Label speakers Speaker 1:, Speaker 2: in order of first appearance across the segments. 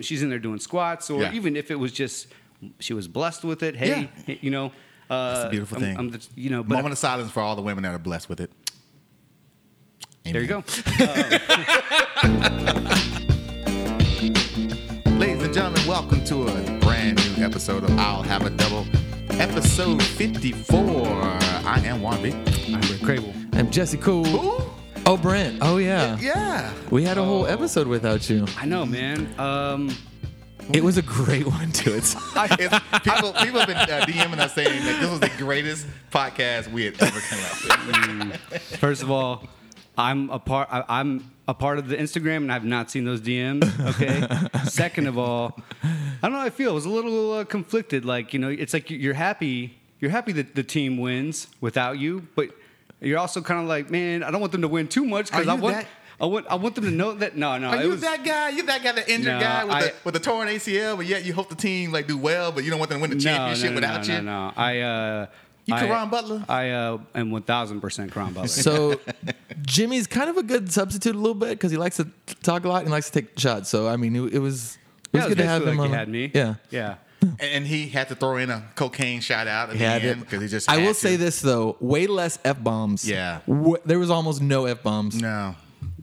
Speaker 1: she's in there doing squats, or
Speaker 2: Yeah.
Speaker 1: even if it was just she was blessed with it. Hey, you know, uh,
Speaker 2: That's a beautiful
Speaker 1: I'm-
Speaker 2: thing.
Speaker 1: I'm the- you know, but
Speaker 2: Moment of silence for all the women that are blessed with it.
Speaker 1: there you go.
Speaker 2: Ladies and gentlemen, welcome to a brand new episode of I'll Have a Double, episode 54. I am Juan B.
Speaker 1: I'm Rick Crable.
Speaker 3: I'm Jesse Cool.
Speaker 2: Ooh,
Speaker 3: Oh, Brent. Oh, yeah.
Speaker 2: yeah.
Speaker 3: We had a
Speaker 1: Oh.
Speaker 3: whole episode without you.
Speaker 1: I know, man. Um,
Speaker 3: It was a great one, too. It's
Speaker 2: It's- people, people have been uh, DMing us saying that this was the greatest podcast we had ever come up with.
Speaker 1: Mm, First of all, I'm a part. I, I'm a part of the Instagram, and I've not seen those DMs. Okay. Second of all, I don't know. how I feel I was a little uh, conflicted. Like you know, it's like you- you're happy. You're happy that the team wins without you, but you're also kind of like, man, I don't want them to win too much because
Speaker 2: Are
Speaker 1: I
Speaker 2: you
Speaker 1: want.
Speaker 2: that-
Speaker 1: I want, I want them to know that no no
Speaker 2: Are
Speaker 1: it
Speaker 2: you
Speaker 1: was-
Speaker 2: that guy? You that guy, the injured
Speaker 1: No,
Speaker 2: guy with,
Speaker 1: I-
Speaker 2: the, with the torn ACL, but yet you hope the team like do well, but you don't want them to win the championship without
Speaker 1: no,
Speaker 2: you.
Speaker 1: No, no, I. Uh,
Speaker 2: You
Speaker 1: I-
Speaker 2: Karan Butler?
Speaker 1: I uh, am one thousand percent Karan Butler.
Speaker 3: so Jimmy's kind of a good substitute a little bit because he likes to talk a lot and likes to take shots. So, I mean, it, it was. It was
Speaker 1: Yeah,
Speaker 3: good to have
Speaker 1: basically
Speaker 3: him.
Speaker 1: like
Speaker 3: on.
Speaker 1: you had me.
Speaker 3: Yeah.
Speaker 1: yeah.
Speaker 2: And he had to throw in a cocaine shout out at
Speaker 3: Had
Speaker 2: the end
Speaker 3: it.
Speaker 2: because he just.
Speaker 3: I
Speaker 2: had
Speaker 3: will
Speaker 2: to.
Speaker 3: say this though, way less f bombs.
Speaker 2: Yeah.
Speaker 3: Wh- there was almost no f bombs.
Speaker 2: No,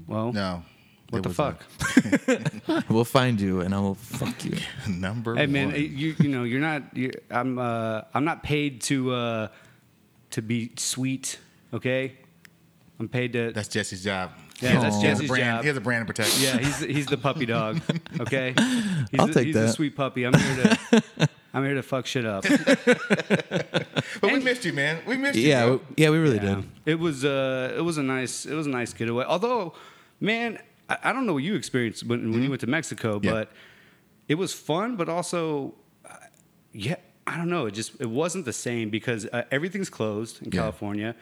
Speaker 1: Well,
Speaker 2: no.
Speaker 1: what
Speaker 2: It
Speaker 1: the
Speaker 2: was
Speaker 1: fuck?
Speaker 3: We'll find you and I will fuck you.
Speaker 2: a number
Speaker 1: Hey man,
Speaker 2: one.
Speaker 1: you you know you're not. you I'm uh, I'm not paid to uh, to be sweet. Okay, I'm paid to.
Speaker 2: That's Jesse's job.
Speaker 1: Yeah,
Speaker 2: He has-
Speaker 3: that's
Speaker 2: he has a
Speaker 1: Jesse's
Speaker 2: brand,
Speaker 1: job.
Speaker 2: He has a brand to protect.
Speaker 1: yeah, he's he's the puppy dog. Okay, he's
Speaker 3: I'll
Speaker 1: the,
Speaker 3: take
Speaker 1: he's the
Speaker 3: that.
Speaker 1: sweet puppy. I'm here to I'm here to fuck shit up.
Speaker 2: But we missed you, man. We missed you.
Speaker 3: Yeah,
Speaker 2: bro.
Speaker 3: we- yeah, we really
Speaker 1: Yeah.
Speaker 3: did.
Speaker 1: It was uh, it was a nice it was a nice getaway. Although, man, I, I don't know what you experienced when, when you went to Mexico,
Speaker 2: Mm-hmm. Yeah.
Speaker 1: but it was fun, but also, uh, yeah, I don't know. It just it wasn't the same because uh, everything's closed in
Speaker 2: Yeah. Mm.
Speaker 1: California.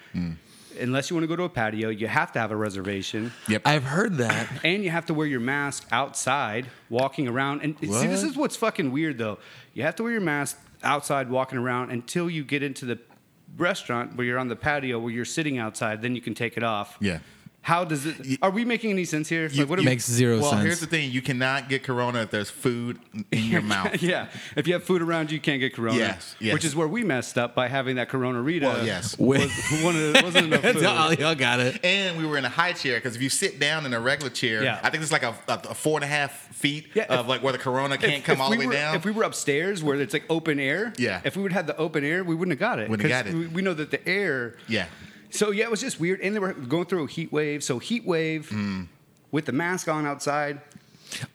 Speaker 1: Unless you want to go to a patio, you have to have a reservation,
Speaker 2: Yep.
Speaker 3: I've heard that.
Speaker 1: and you have to wear your mask outside, walking around. And see, this
Speaker 2: What?
Speaker 1: is what's fucking weird though. You have to wear your mask outside, walking around until you get into the restaurant where you're on the patio where you're sitting outside. Then you can take it off.
Speaker 2: Yeah.
Speaker 1: How does it? Are we making any sense here?
Speaker 2: You-
Speaker 1: Like, what are
Speaker 2: you-
Speaker 1: we-
Speaker 3: Makes zero
Speaker 2: well,
Speaker 3: sense.
Speaker 2: here's the thing: you cannot get corona if there's food in your mouth.
Speaker 1: yeah, if you have food around you, you can't get corona.
Speaker 2: Yes, yes.
Speaker 1: Which is where we messed up by having that corona Rita.
Speaker 2: Well, yes.
Speaker 1: Was, one of the- wasn't enough food.
Speaker 3: y'all, y'all got it.
Speaker 2: And we were in a high chair because if you sit down in a regular chair,
Speaker 1: Yeah.
Speaker 2: I think it's like a, a, a four and a half feet
Speaker 1: Yeah,
Speaker 2: of
Speaker 1: if-
Speaker 2: like where the corona can't
Speaker 1: If-
Speaker 2: come
Speaker 1: if
Speaker 2: all
Speaker 1: we
Speaker 2: the way
Speaker 1: were-
Speaker 2: down.
Speaker 1: If we were upstairs where it's like open air,
Speaker 2: Yeah.
Speaker 1: If we would have had the open air, we wouldn't have got it.
Speaker 2: Wouldn't have
Speaker 1: 'Cause
Speaker 2: got it.
Speaker 1: We, we know that the air.
Speaker 2: yeah,
Speaker 1: So yeah, it was just weird, and they were going through a heat wave. So heat wave
Speaker 2: Hmm.
Speaker 1: with the mask on outside.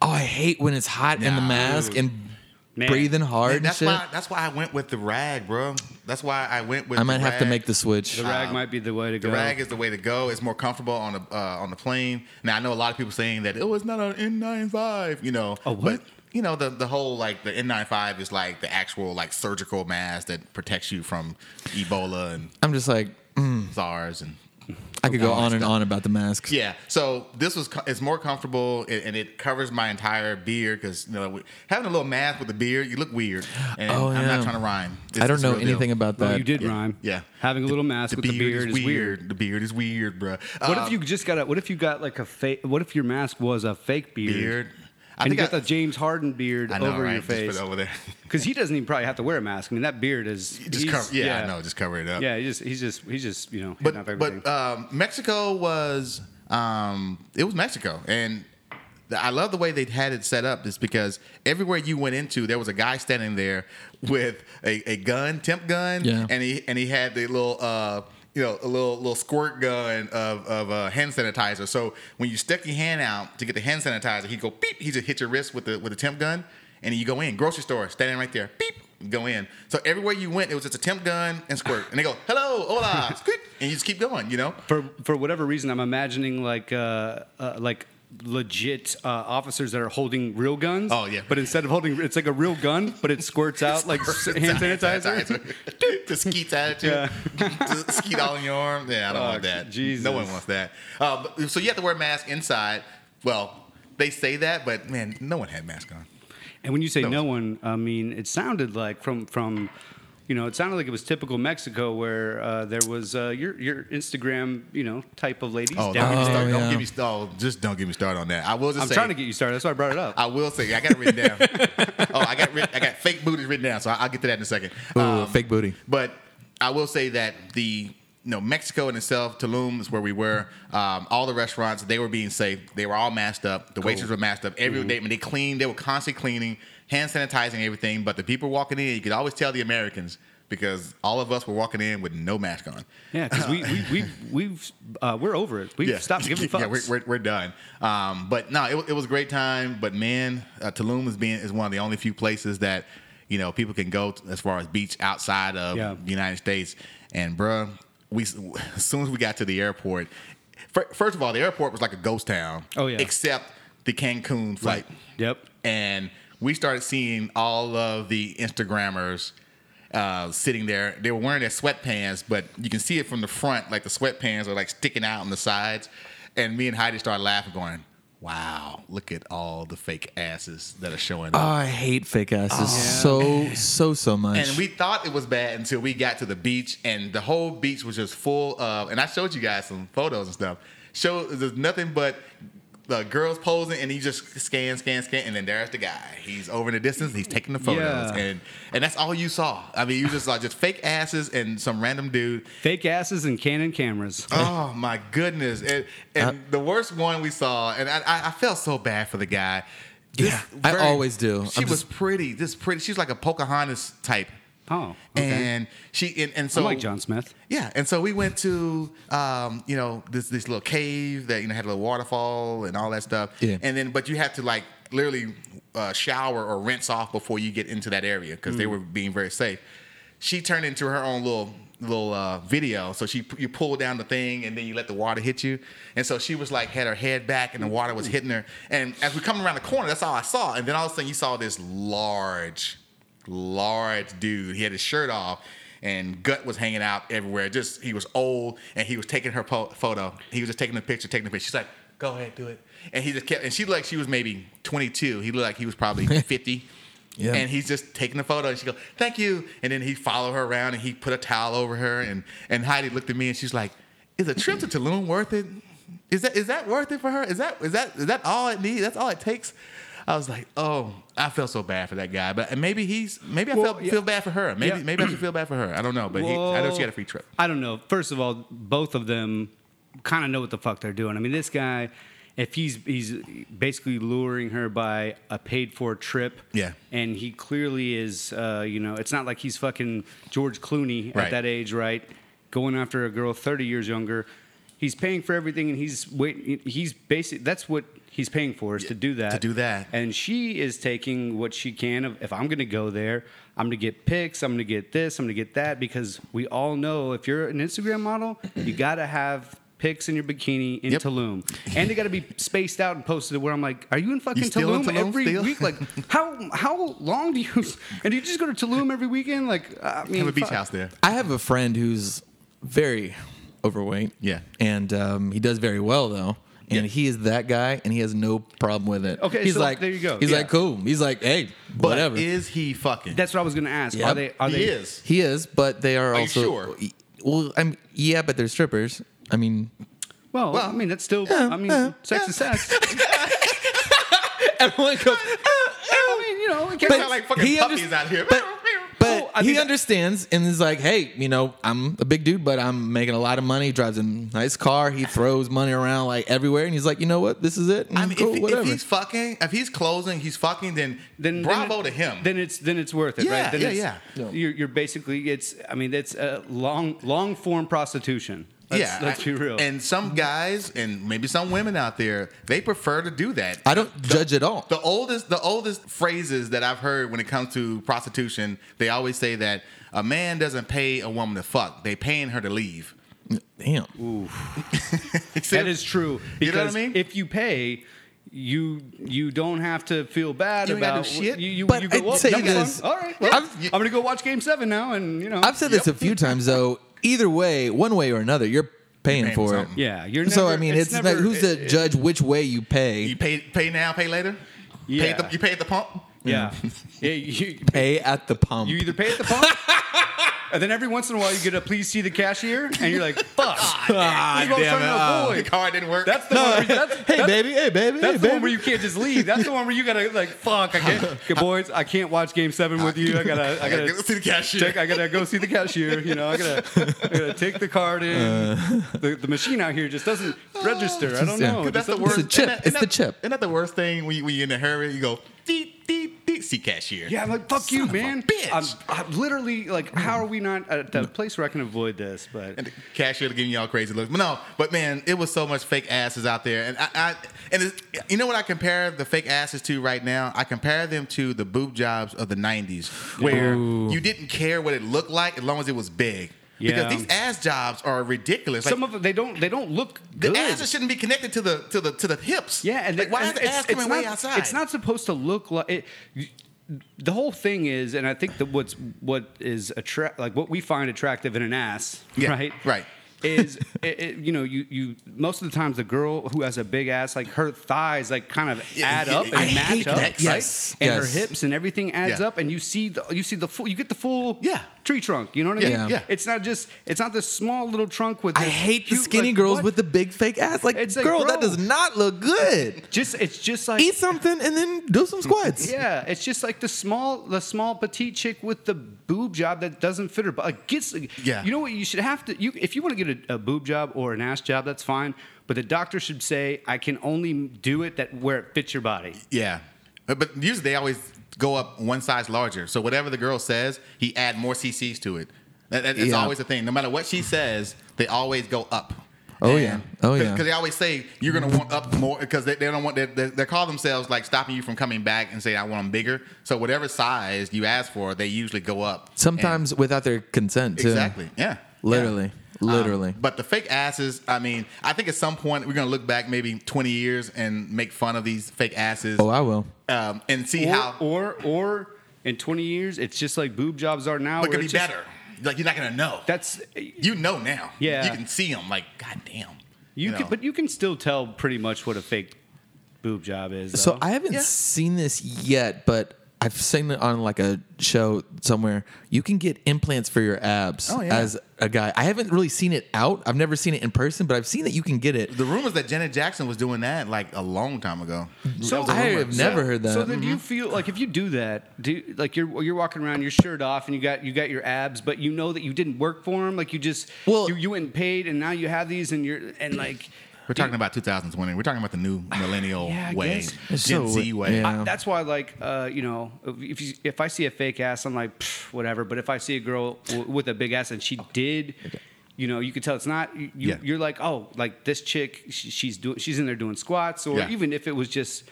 Speaker 3: Oh, I hate when it's hot in the
Speaker 2: Nah,
Speaker 3: mask
Speaker 1: dude.
Speaker 3: and
Speaker 1: Man.
Speaker 3: breathing hard
Speaker 2: And
Speaker 3: and
Speaker 2: that's
Speaker 3: shit.
Speaker 2: why that's why I went with the rag, bro. That's why I went with.
Speaker 3: I might
Speaker 2: the
Speaker 3: have to
Speaker 2: rag.
Speaker 3: make the switch.
Speaker 1: The rag might be the way to
Speaker 2: The
Speaker 1: go.
Speaker 2: rag is the way to go. It's more comfortable on the uh, on the plane. Now I know a lot of people saying that oh, it's not an N95. You know,
Speaker 1: A what?
Speaker 2: But, you know the the whole like the N95 is like the actual like surgical mask that protects you from Ebola and
Speaker 3: I'm just like,
Speaker 2: SARS and
Speaker 3: I could go
Speaker 2: All that
Speaker 3: on and
Speaker 2: stuff.
Speaker 3: on about the masks.
Speaker 2: yeah. So this was co- it's more comfortable and, and it covers my entire beard because you know we- having a little mask with a beard you look weird. And
Speaker 3: Oh,
Speaker 2: I'm
Speaker 3: yeah.
Speaker 2: not trying to rhyme. It's-
Speaker 3: I don't
Speaker 2: it's
Speaker 3: know
Speaker 2: real deal.
Speaker 3: anything about that.
Speaker 1: Well, Oh, you did
Speaker 2: Yeah,
Speaker 1: rhyme.
Speaker 2: yeah.
Speaker 1: Having a little mask with the beard is weird.
Speaker 2: The beard is weird, Uh, bro.
Speaker 1: What if you just got a? What if you got like a fake? What if your mask was a fake beard?
Speaker 2: beard? I
Speaker 1: and you
Speaker 2: think
Speaker 1: got
Speaker 2: I-
Speaker 1: the James Harden beard
Speaker 2: I know,
Speaker 1: over
Speaker 2: right?
Speaker 1: your
Speaker 2: Just put it
Speaker 1: face
Speaker 2: over there.
Speaker 1: because he doesn't even probably have to wear a mask. I mean, that beard is
Speaker 2: Just
Speaker 1: he's-
Speaker 2: cover, yeah, I know. Just cover it up.
Speaker 1: Yeah, he just he's just he's just you know hitting up
Speaker 2: but
Speaker 1: everything.
Speaker 2: but um, Mexico was um, it was Mexico, and the, I love the way they had it set up. Is because everywhere you went into, there was a guy standing there with a, a gun, temp gun,
Speaker 3: Yeah.
Speaker 2: and he and he had the little. Uh, you know, a little little squirt gun of of uh, hand sanitizer. So when you stuck your hand out to get the hand sanitizer, he go beep. He just hit your wrist with the with a temp gun, and you go in. Grocery store, standing right there, beep go in. So everywhere you went, it was just a temp gun and squirt. And they go, hello, hola, squirt. And you just keep going, you know?
Speaker 1: for for whatever reason, I'm imagining like uh, uh like legit uh, officers that are holding real guns.
Speaker 2: Oh, yeah.
Speaker 1: But instead of holding, it's like a real gun, but it squirts out like hand sanitizer.
Speaker 2: the skeet attitude.
Speaker 1: Yeah.
Speaker 2: Just skeet all in your arm. Yeah, I don't
Speaker 1: Fuck,
Speaker 2: want that.
Speaker 1: Jesus.
Speaker 2: No one wants that. Uh, but- so you have to wear a mask inside. Well, they say that, but man, no one had mask on.
Speaker 1: And when you say no one, I mean it sounded like from from you know, it sounded like it was typical Mexico where uh, there was uh, your your Instagram, you know, type of ladies
Speaker 2: Oh, don't,
Speaker 1: down
Speaker 2: get me
Speaker 1: there.
Speaker 2: started. don't
Speaker 3: yeah.
Speaker 2: get me started. Oh, just don't get me started on that. I will just
Speaker 1: I'm
Speaker 2: say,
Speaker 1: trying to get you started. That's why I brought it up.
Speaker 2: I will say I got it written down. oh, I got writ- I got fake booties written down, so I- I'll get to that in a second.
Speaker 3: Ooh,
Speaker 2: Um,
Speaker 3: fake booty.
Speaker 2: But I will say that the you know Mexico in itself, Tulum is where we were. Um, all the restaurants they were being safe. They were all masked up. The waitresses were masked up. Every day when they cleaned, they were constantly cleaning, hand sanitizing everything. But the people walking in, you could always tell the Americans because all of us were walking in with no mask on.
Speaker 1: yeah, because we we we we've, uh, we're over it. We've
Speaker 2: Yeah.
Speaker 1: stopped giving fucks.
Speaker 2: yeah, we're, we're, we're done. Um, but no, it, wa- it was a great time. But man, uh, Tulum is being is one of the only few places that you know people can go t- as far as beach outside of
Speaker 1: Yeah.
Speaker 2: the United States. And bruh, we s- as soon as we got to the airport, fir- first of all, the airport was like a ghost town.
Speaker 1: Oh, yeah.
Speaker 2: except the Cancun flight
Speaker 1: yep.
Speaker 2: and we started seeing all of the Instagrammers uh, sitting there. They were wearing their sweatpants, but you can see it from the front, like the sweatpants are like sticking out on the sides. And me and Heidi started laughing, going, "Wow, look at all the fake asses that are showing
Speaker 3: Oh,
Speaker 2: up."
Speaker 3: I hate fake asses so so so much.
Speaker 2: and we thought it was bad until we got to the beach, and the whole beach was just full of. And I showed you guys some photos and stuff. Show there's nothing but the girls posing, and he just scan, scan, scan, and then there's the guy. He's over in the distance. He's taking the photos,
Speaker 1: Yeah.
Speaker 2: and and that's all you saw. I mean, you just saw just fake asses and some random dude.
Speaker 1: Fake asses and Canon cameras.
Speaker 3: Uh.
Speaker 2: Oh my goodness! And, and the worst one we saw, and I, I, I felt so bad for the guy.
Speaker 3: Yeah, I always do.
Speaker 2: She
Speaker 3: I'm
Speaker 2: was pretty. This pretty. She's like a Pocahontas type.
Speaker 1: Oh, okay.
Speaker 2: And she and, and so
Speaker 1: I'm like John Smith.
Speaker 2: yeah, and so we went to um, you know this this little cave that you know had a little waterfall and all that stuff.
Speaker 3: Yeah.
Speaker 2: And then, but you had to like literally uh, shower or rinse off before you get into that area because
Speaker 1: Mm.
Speaker 2: they were being very safe. She turned into her own little little uh, video. So she you pull down the thing and then you let the water hit you. And so she was like had her head back and the water was hitting her. And as we come around the corner, that's all I saw. And then all of a sudden you saw this large large dude. He had his shirt off, and gut was hanging out everywhere. Just he was old, and he was taking her po- photo. He was just taking the picture, taking the picture. She's like, "Go ahead, do it." And he just kept, and she looked like she was maybe 22. He looked like he was probably 50.
Speaker 3: Yeah.
Speaker 2: And he's just taking the photo, and she goes, "Thank you." And then he followed her around, and he put a towel over her, and and Heidi looked at me, and she's like, "Is a trip to Tulum worth it? Is that is that worth it for her? Is that is that is that all it needs? That's all it takes?" I was like, "Oh, I felt so bad for that guy, but maybe he's maybe I
Speaker 1: Well,
Speaker 2: felt
Speaker 1: yeah.
Speaker 2: feel bad for her. Maybe
Speaker 1: Yeah.
Speaker 2: maybe I should feel bad for her. I don't know, but he, I know
Speaker 1: Well,
Speaker 2: she had a free trip.
Speaker 1: I don't know. First of all, both of them kind of know what the fuck they're doing. I mean, this guy, if he's he's basically luring her by a paid for trip,
Speaker 2: Yeah.
Speaker 1: and he clearly is. Uh, you know, it's not like he's fucking George Clooney
Speaker 2: Right.
Speaker 1: at that age, right? Going after a girl thirty years younger. He's paying for everything, and he's wait. He's basic. That's what he's paying for is to do that.
Speaker 2: to do that.
Speaker 1: and she is taking what she can of if i'm going to go there i'm going to get pics i'm going to get this i'm going to get that because we all know if you're an instagram model you got to have pics in your bikini in
Speaker 2: Yep.
Speaker 1: Tulum, and they got to be spaced out and posted. Where I'm like, are you in fucking
Speaker 2: still in
Speaker 1: Tulum,
Speaker 2: Tulum
Speaker 1: every
Speaker 2: still?
Speaker 1: week? Like, how how long do you? And do you just go to Tulum every weekend? Like, I mean,
Speaker 2: Have a beach
Speaker 1: fuck.
Speaker 2: house there.
Speaker 3: I have a friend who's very overweight.
Speaker 2: Yeah.
Speaker 3: And um, he does very well though. And
Speaker 2: Yeah.
Speaker 3: he is that guy and he has no problem with it.
Speaker 1: Okay,
Speaker 3: He's
Speaker 1: so
Speaker 3: like
Speaker 1: there you go.
Speaker 3: He's
Speaker 1: Yeah.
Speaker 3: like cool. He's like, hey,
Speaker 2: But
Speaker 3: whatever.
Speaker 2: is he fucking?
Speaker 1: That's what I was going to ask. Are
Speaker 3: Yep.
Speaker 1: they? Are
Speaker 2: he
Speaker 1: they?
Speaker 2: is.
Speaker 3: he is, but they are,
Speaker 2: you
Speaker 3: also
Speaker 2: sure?
Speaker 3: well, I'm yeah, but they're strippers. I mean
Speaker 1: Well,
Speaker 2: Well,
Speaker 1: I mean, that's still. I mean, sex is sex.
Speaker 3: everyone goes
Speaker 1: I mean, you know, it can
Speaker 2: They sound like fucking
Speaker 3: he
Speaker 2: puppies
Speaker 3: underst-
Speaker 2: out here. Oh,
Speaker 3: But, but
Speaker 1: Well, Oh, I
Speaker 3: he
Speaker 1: mean-
Speaker 3: understands and is like, hey, you know, I'm a big dude, but I'm making a lot of money. Drives a nice car. He throws money around like everywhere, and he's like, you know what, this is it. and
Speaker 2: I mean,
Speaker 3: cool,
Speaker 2: if,
Speaker 3: whatever.
Speaker 2: if he's fucking, if he's closing, he's fucking. Then,
Speaker 1: then
Speaker 2: bravo
Speaker 1: then it-
Speaker 2: to him.
Speaker 1: Then it's then it's worth it,
Speaker 2: Yeah,
Speaker 1: right? Then
Speaker 2: yeah,
Speaker 1: it's,
Speaker 2: yeah.
Speaker 3: No.
Speaker 1: You're, you're basically it's. I mean, that's a long long form prostitution. Let's,
Speaker 2: yeah,
Speaker 1: let's
Speaker 2: I-
Speaker 1: be real. Mm-hmm.
Speaker 2: And some guys and maybe some women out there, they prefer to do that.
Speaker 3: I don't judge at all.
Speaker 2: the oldest the oldest phrases that I've heard when it comes to prostitution, they always say that a man doesn't pay a woman to fuck. They paying her to leave.
Speaker 3: Damn.
Speaker 1: that is true.
Speaker 2: You know what I
Speaker 1: Because
Speaker 2: mean?
Speaker 1: if you pay, you you don't have to feel bad
Speaker 2: You ain't gotta
Speaker 1: about
Speaker 2: do shit.
Speaker 1: You, you,
Speaker 3: But
Speaker 1: you go,
Speaker 3: I'd
Speaker 1: well,
Speaker 3: say
Speaker 1: that was
Speaker 3: this-
Speaker 1: fun. All right, well,
Speaker 3: I've-
Speaker 1: I'm gonna go watch Game Seven now, and you know,
Speaker 3: I've said this a few times though. Either way, one way or another, you're paying,
Speaker 2: paying
Speaker 3: for
Speaker 2: something.
Speaker 3: it.
Speaker 1: yeah, you're. Never,
Speaker 3: So I mean, it's,
Speaker 1: never,
Speaker 3: like, who's
Speaker 1: it-
Speaker 3: to judge which way you pay?
Speaker 2: You pay pay now, pay later. Pay
Speaker 1: Yeah.
Speaker 2: at the, you pay at the pump.
Speaker 1: Yeah, yeah. You,
Speaker 3: pay at the pump.
Speaker 1: you either pay at the pump And then every once in a while, you get a please see the cashier, and you're like, fuck.
Speaker 3: Ah,
Speaker 1: You gonna
Speaker 3: damn
Speaker 1: turn
Speaker 3: it.
Speaker 1: to a
Speaker 3: Ah.
Speaker 1: boy.
Speaker 2: The card didn't work.
Speaker 1: That's the one. Where, that's,
Speaker 3: Hey,
Speaker 1: that's,
Speaker 3: baby. Hey, baby.
Speaker 1: That's
Speaker 3: hey,
Speaker 1: the
Speaker 3: baby.
Speaker 1: one where you can't just leave. That's the one where you gotta like, fuck. I can't, okay, boys, I can't watch Game Seven with you. I gotta, I
Speaker 2: I gotta
Speaker 1: gotta
Speaker 2: go see the cashier.
Speaker 1: check. I gotta go see the cashier. You know, I gotta, I gotta take the card in. the, the machine out here just doesn't register. I don't
Speaker 3: Uh. yeah.
Speaker 1: know.
Speaker 3: But
Speaker 1: It
Speaker 2: That's
Speaker 1: just doesn't-
Speaker 2: the worst.
Speaker 3: a chip.
Speaker 2: Isn't that-
Speaker 3: It's the
Speaker 2: isn't that-
Speaker 3: chip.
Speaker 2: Isn't that the worst thing when, you, when you're in a hurry? You go deep, deep, deep. See cashier.
Speaker 1: Yeah, I'm like, fuck you, man.
Speaker 2: bitch.
Speaker 1: I'm, I'm literally like, how are we not at the place where I can avoid this? But
Speaker 2: And the cashier giving y'all crazy looks. But no, but man, it was so much fake asses out there. And I, I and it's, you know what I compare the fake asses to right now? I compare them to the boob jobs of the '90s, where you didn't care what it looked like as long as it was big.
Speaker 1: Yeah.
Speaker 2: Because these ass jobs are ridiculous. Like,
Speaker 1: some of them, they don't, they don't look
Speaker 2: the
Speaker 1: good.
Speaker 2: asses shouldn't be connected to the to the to the hips.
Speaker 1: Yeah, and
Speaker 2: like,
Speaker 1: they-
Speaker 2: why
Speaker 1: and
Speaker 2: is the ass coming
Speaker 1: not,
Speaker 2: way outside?
Speaker 1: It's not supposed to look like it. The whole thing is, and I think that what's what is attract like what we find attractive in an ass,
Speaker 2: Yeah,
Speaker 1: right?
Speaker 2: right.
Speaker 1: Is it, it, you know you you most of the times the girl who has a big ass like her thighs like kind of
Speaker 2: Yeah,
Speaker 1: add
Speaker 2: yeah,
Speaker 1: up
Speaker 2: I
Speaker 1: and match
Speaker 2: hate
Speaker 1: up,
Speaker 2: that.
Speaker 1: right?
Speaker 3: Yes,
Speaker 1: and
Speaker 3: yes.
Speaker 1: her hips and everything adds
Speaker 2: Yeah.
Speaker 1: up, and you see the you see the full you get the full
Speaker 2: Yeah.
Speaker 1: tree trunk. You know what I
Speaker 3: Yeah.
Speaker 1: mean?
Speaker 2: Yeah.
Speaker 1: It's not just it's not this small little trunk with.
Speaker 3: I
Speaker 1: this
Speaker 3: hate the
Speaker 1: cute,
Speaker 3: skinny
Speaker 1: like,
Speaker 3: girls
Speaker 1: what?
Speaker 3: with the big fake ass. Like,
Speaker 1: It's like,
Speaker 3: girl, that
Speaker 1: bro.
Speaker 3: does not look good.
Speaker 1: just it's just like
Speaker 3: Eat something and then do some squats.
Speaker 1: Yeah, it's just like the small, the small petite chick with the boob job that doesn't fit her. But like, gets
Speaker 2: Yeah.
Speaker 1: You know what? You should have to. You if you want to get a, a boob job or an ass job, that's fine. But the doctor should say, I can only do it that where it fits your body.
Speaker 2: Yeah, but, but usually they always go up one size larger. So whatever the girl says, he add more CCs to it. That, that- that's
Speaker 3: Yeah.
Speaker 2: always the thing. No matter what she says, they always go up.
Speaker 3: Oh, yeah. Oh, yeah.
Speaker 2: Because they always say you're gonna want up more because they, they don't want they, they, they call themselves like stopping you from coming back and say I want them bigger. So whatever size you ask for, they usually go up. And-
Speaker 3: Sometimes without their consent, too.
Speaker 2: exactly. Yeah.
Speaker 3: Literally.
Speaker 2: Yeah. Um,
Speaker 3: Literally.
Speaker 2: but the fake asses, I mean, I think at some point we're gonna look back maybe 20 years and make fun of these fake asses
Speaker 3: oh, I will.
Speaker 2: um, and see
Speaker 1: Or,
Speaker 2: how
Speaker 1: or or in twenty years, it's just like boob jobs are now.
Speaker 2: but
Speaker 1: where
Speaker 2: it could be
Speaker 1: it's just-
Speaker 2: better. Like you're not gonna know.
Speaker 1: That's
Speaker 2: you know now.
Speaker 1: Yeah.
Speaker 2: you can see them. Like goddamn.
Speaker 1: you, can,
Speaker 2: know.
Speaker 1: but you can still tell pretty much what a fake boob job is.
Speaker 3: So
Speaker 1: though.
Speaker 3: I haven't
Speaker 2: Yeah.
Speaker 3: seen this yet, but I've seen it on like a show somewhere. You can get implants for your abs
Speaker 2: Oh, yeah.
Speaker 3: as a guy. I haven't really seen it out. I've never seen it in person, but I've seen that you can get it.
Speaker 2: the rumors that Janet Jackson was doing that like a long time ago.
Speaker 1: So
Speaker 3: I have never heard that. Mm-hmm.
Speaker 1: So then, do you feel like if you do that, do like you're you're walking around, your shirt off, and you got you got your abs, but you know that you didn't work for them, like you just
Speaker 3: Well-
Speaker 1: you, you went and paid, and now you have these, and you're and like
Speaker 2: We're talking about 2020. We're talking about the new millennial
Speaker 1: Yeah, I
Speaker 2: way,
Speaker 1: guess.
Speaker 2: Gen
Speaker 3: It's so
Speaker 2: Z
Speaker 3: w-
Speaker 2: way.
Speaker 3: yeah.
Speaker 1: I, that's why like uh, you know if you, if I see a fake ass, I'm like "Pff, whatever. But if I see a girl w- with a big ass and she did. You know, you can tell it's not. You,
Speaker 2: Oh. Yeah.
Speaker 1: You're like, oh, like this chick, she, she's doing, she's in there doing squats, or
Speaker 2: Yeah.
Speaker 1: even if it was just,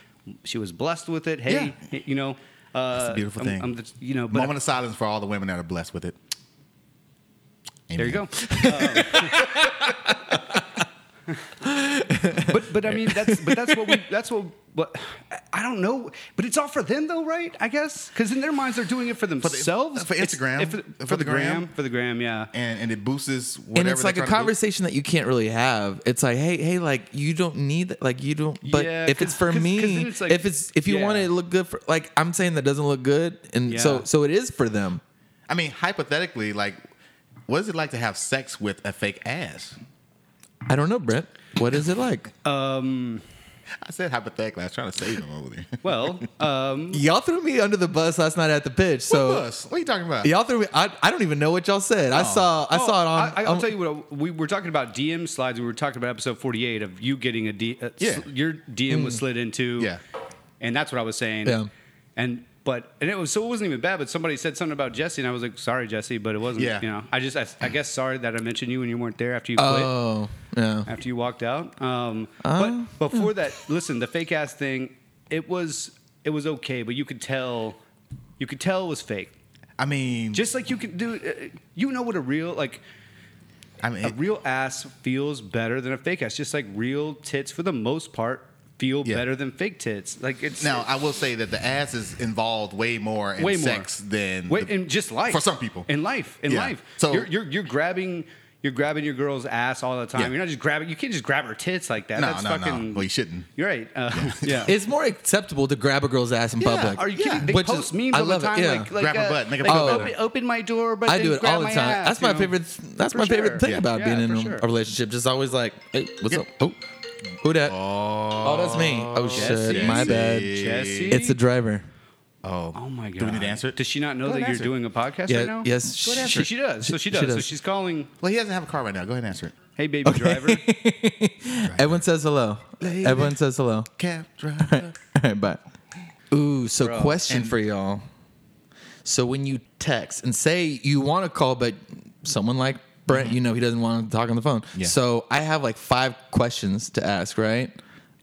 Speaker 1: she was blessed with it. Hey,
Speaker 2: Yeah.
Speaker 1: you know, uh,
Speaker 2: It's a beautiful
Speaker 1: I'm-
Speaker 2: thing.
Speaker 1: I'm the- you know, but
Speaker 2: Moment of silence for all the women that are blessed with it.
Speaker 1: There you go.
Speaker 2: Amen.
Speaker 1: Um, but but I mean that's but that's what we that's what but I don't know but it's all for them though right I guess because in their minds they're doing it for themselves
Speaker 2: for
Speaker 1: It's-
Speaker 2: Instagram,
Speaker 1: if- for, the gram for the gram yeah
Speaker 2: And and it boosts whatever.
Speaker 3: and it's like
Speaker 2: they're
Speaker 3: a
Speaker 2: trying to boost.
Speaker 3: conversation that you can't really have. It's like, hey, hey, like you don't need, that. like you don't. But
Speaker 1: Yeah,
Speaker 3: if it's
Speaker 1: 'cause-
Speaker 3: for
Speaker 1: 'cause- 'cause
Speaker 3: me,
Speaker 1: then it's like-
Speaker 3: if it's if you want
Speaker 1: yeah.
Speaker 3: it to look good for, like I'm saying that doesn't look good, and so
Speaker 1: Yeah.
Speaker 3: so it is for them.
Speaker 2: I mean, hypothetically, like, what is it like to have sex with a fake ass?
Speaker 3: I don't know, Brent. What is it like?
Speaker 1: Uh,
Speaker 2: I said hypothetically. I was trying to save them over there.
Speaker 1: well um
Speaker 3: y'all threw me under the bus last night at the pitch. So
Speaker 2: what, bus? what are you talking about?
Speaker 3: Y'all threw me. I, I don't even know what y'all said. I saw. I
Speaker 1: oh,
Speaker 3: saw it on. um,
Speaker 1: I, will
Speaker 3: on-
Speaker 1: tell you what we were talking about DM slides we were talking about episode forty eight of you getting a D uh,
Speaker 2: Yeah.
Speaker 1: sl- your DM was slid into
Speaker 2: Yeah.
Speaker 1: and that's what I was saying
Speaker 3: Yeah.
Speaker 1: and. But and it was so it wasn't even bad. But somebody said something about Jesse, and I was like, "Sorry, Jesse," but it wasn't.
Speaker 2: Yeah.
Speaker 1: You know, I just I, I guess sorry that I mentioned you and you weren't there after you quit
Speaker 2: Uh,
Speaker 3: Oh yeah.
Speaker 1: after you walked out. Um,
Speaker 3: Uh,
Speaker 1: but before that, listen, the fake ass thing, it was it was okay, but you could tell, you could tell it was fake.
Speaker 2: I mean, just
Speaker 1: Just like you could do, uh, you know what a real like
Speaker 2: I mean,
Speaker 1: a real ass feels better than a fake ass. Just like real tits for the most part feel
Speaker 2: Yeah.
Speaker 1: better than fake tits. Like it's
Speaker 2: Now, I will say that the ass is involved way more in
Speaker 1: way more
Speaker 2: sex than
Speaker 1: Wait,
Speaker 2: the-
Speaker 1: in just life
Speaker 2: for some people.
Speaker 1: in life in
Speaker 2: Yeah.
Speaker 1: life. So
Speaker 2: So-
Speaker 1: you're, you're you're grabbing you're grabbing your girl's ass all the time.
Speaker 2: Yeah.
Speaker 1: You're not just grabbing. You can't just grab her tits like that.
Speaker 2: No,
Speaker 1: That's
Speaker 2: no,
Speaker 1: fucking,
Speaker 2: no. Well, you shouldn't.
Speaker 1: You're right. Uh, yeah.
Speaker 3: It's more acceptable to grab a girl's ass in public.
Speaker 1: Are you kidding?
Speaker 2: Yeah.
Speaker 1: They
Speaker 3: Which is-
Speaker 1: post memes
Speaker 3: I
Speaker 1: all the
Speaker 3: love it,
Speaker 1: time.
Speaker 3: yeah.
Speaker 1: Like, like,
Speaker 2: Grab her
Speaker 1: uh,
Speaker 2: butt, make it
Speaker 1: like,
Speaker 2: feel
Speaker 1: open,
Speaker 2: better.
Speaker 1: open my door, but
Speaker 3: I
Speaker 1: then
Speaker 3: do it
Speaker 1: grab
Speaker 3: all the
Speaker 1: my
Speaker 3: time.
Speaker 1: ass,
Speaker 3: that's
Speaker 1: you
Speaker 3: my
Speaker 1: know?
Speaker 3: favorite. That's
Speaker 1: For
Speaker 3: my favorite
Speaker 1: sure.
Speaker 3: thing
Speaker 1: Yeah.
Speaker 3: about
Speaker 1: Yeah,
Speaker 3: being in
Speaker 1: for
Speaker 3: a,
Speaker 1: sure.
Speaker 3: a relationship. Just always like, hey, what's
Speaker 2: Yeah.
Speaker 3: up? Oh, who that? Oh, that's me. Oh
Speaker 1: Jesse.
Speaker 3: shit, my bad.
Speaker 1: Jesse.
Speaker 3: It's a driver.
Speaker 2: Oh,
Speaker 1: Oh my god!
Speaker 2: Do we need to answer it?
Speaker 1: Does she not know
Speaker 2: ahead
Speaker 1: that
Speaker 2: and
Speaker 1: you're
Speaker 2: answer it.
Speaker 1: doing a podcast
Speaker 3: Yeah,
Speaker 1: right now?
Speaker 3: yes,
Speaker 1: Go ahead, answer
Speaker 3: she-
Speaker 1: it. she does. So she
Speaker 3: she
Speaker 1: does. So
Speaker 3: does.
Speaker 1: she's calling.
Speaker 2: Well, he doesn't have a car right now. Go ahead and answer it.
Speaker 1: Hey, baby driver.
Speaker 3: Everyone says hello.
Speaker 2: Lady.
Speaker 3: Everyone says hello.
Speaker 2: Cab driver.
Speaker 3: All right, bye. Ooh, so
Speaker 1: Bro,
Speaker 3: question
Speaker 2: and-
Speaker 3: for y'all. So when you text and say you want to call, but someone like Brent, you know, he doesn't want to talk on the phone.
Speaker 2: Mm-hmm. Yeah.
Speaker 3: So I have like five questions to ask, right?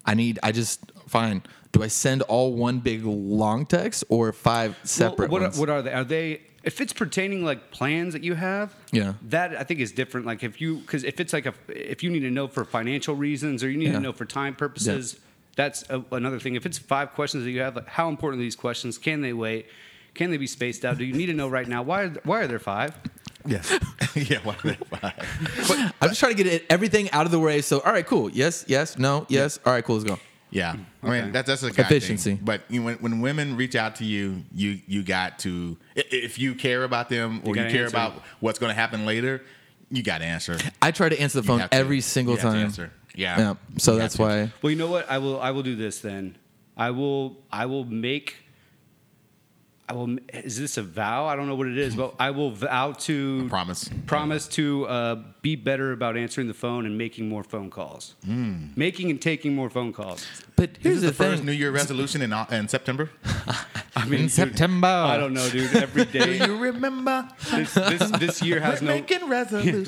Speaker 3: I need, I just, fine. Do I send all one big long text or five separate
Speaker 1: Well, what,
Speaker 3: ones?
Speaker 1: What are they? Are they? If it's pertaining like plans that you have,
Speaker 3: Yeah.
Speaker 1: that I think is different. Like if you, because if it's like a, if you need to know for financial reasons or you need
Speaker 3: Yeah.
Speaker 1: to know for time purposes, that's a, another thing. If it's five questions that you have, like how important are these questions? Can they wait? Can they be spaced out? Do you need to know right now? Why? Are, why are there five?
Speaker 2: yes. yeah. Why are they five?
Speaker 3: I'm just trying to get it, everything out of the way. So, all right, cool. Yes, yes, no, yes. All right, cool. Let's go.
Speaker 2: Yeah, I
Speaker 1: Okay.
Speaker 2: mean that's that's a guy
Speaker 3: Efficiency.
Speaker 2: Thing. But you, when when women reach out to you, you you got to i- if you care about them or you,
Speaker 1: gotta
Speaker 2: care
Speaker 1: answer.
Speaker 2: about what's going to happen later, you got to answer.
Speaker 3: I try to answer the phone
Speaker 2: have to.
Speaker 3: every single
Speaker 2: You have to
Speaker 3: time.
Speaker 2: answer. Yeah.
Speaker 3: yeah. So
Speaker 2: You
Speaker 3: that's
Speaker 2: have to.
Speaker 3: why.
Speaker 1: Well, you know what? I will. I will do this then. I will. I will make. I will. Is this a vow? I don't know what it is, but I will vow to
Speaker 2: A promise.
Speaker 1: Promise to uh, be better about answering the phone and making more phone calls.
Speaker 2: Hmm.
Speaker 1: Making and taking more phone calls.
Speaker 3: But here's
Speaker 2: Is this
Speaker 3: the,
Speaker 2: the, first
Speaker 3: thing.
Speaker 2: New Year resolution in, uh, in September?
Speaker 1: I mean,
Speaker 3: in September.
Speaker 1: I don't know, dude. Every
Speaker 2: Do
Speaker 1: day.
Speaker 2: you remember?
Speaker 1: This, this, this year has
Speaker 2: We're
Speaker 1: no.
Speaker 2: making resolutions.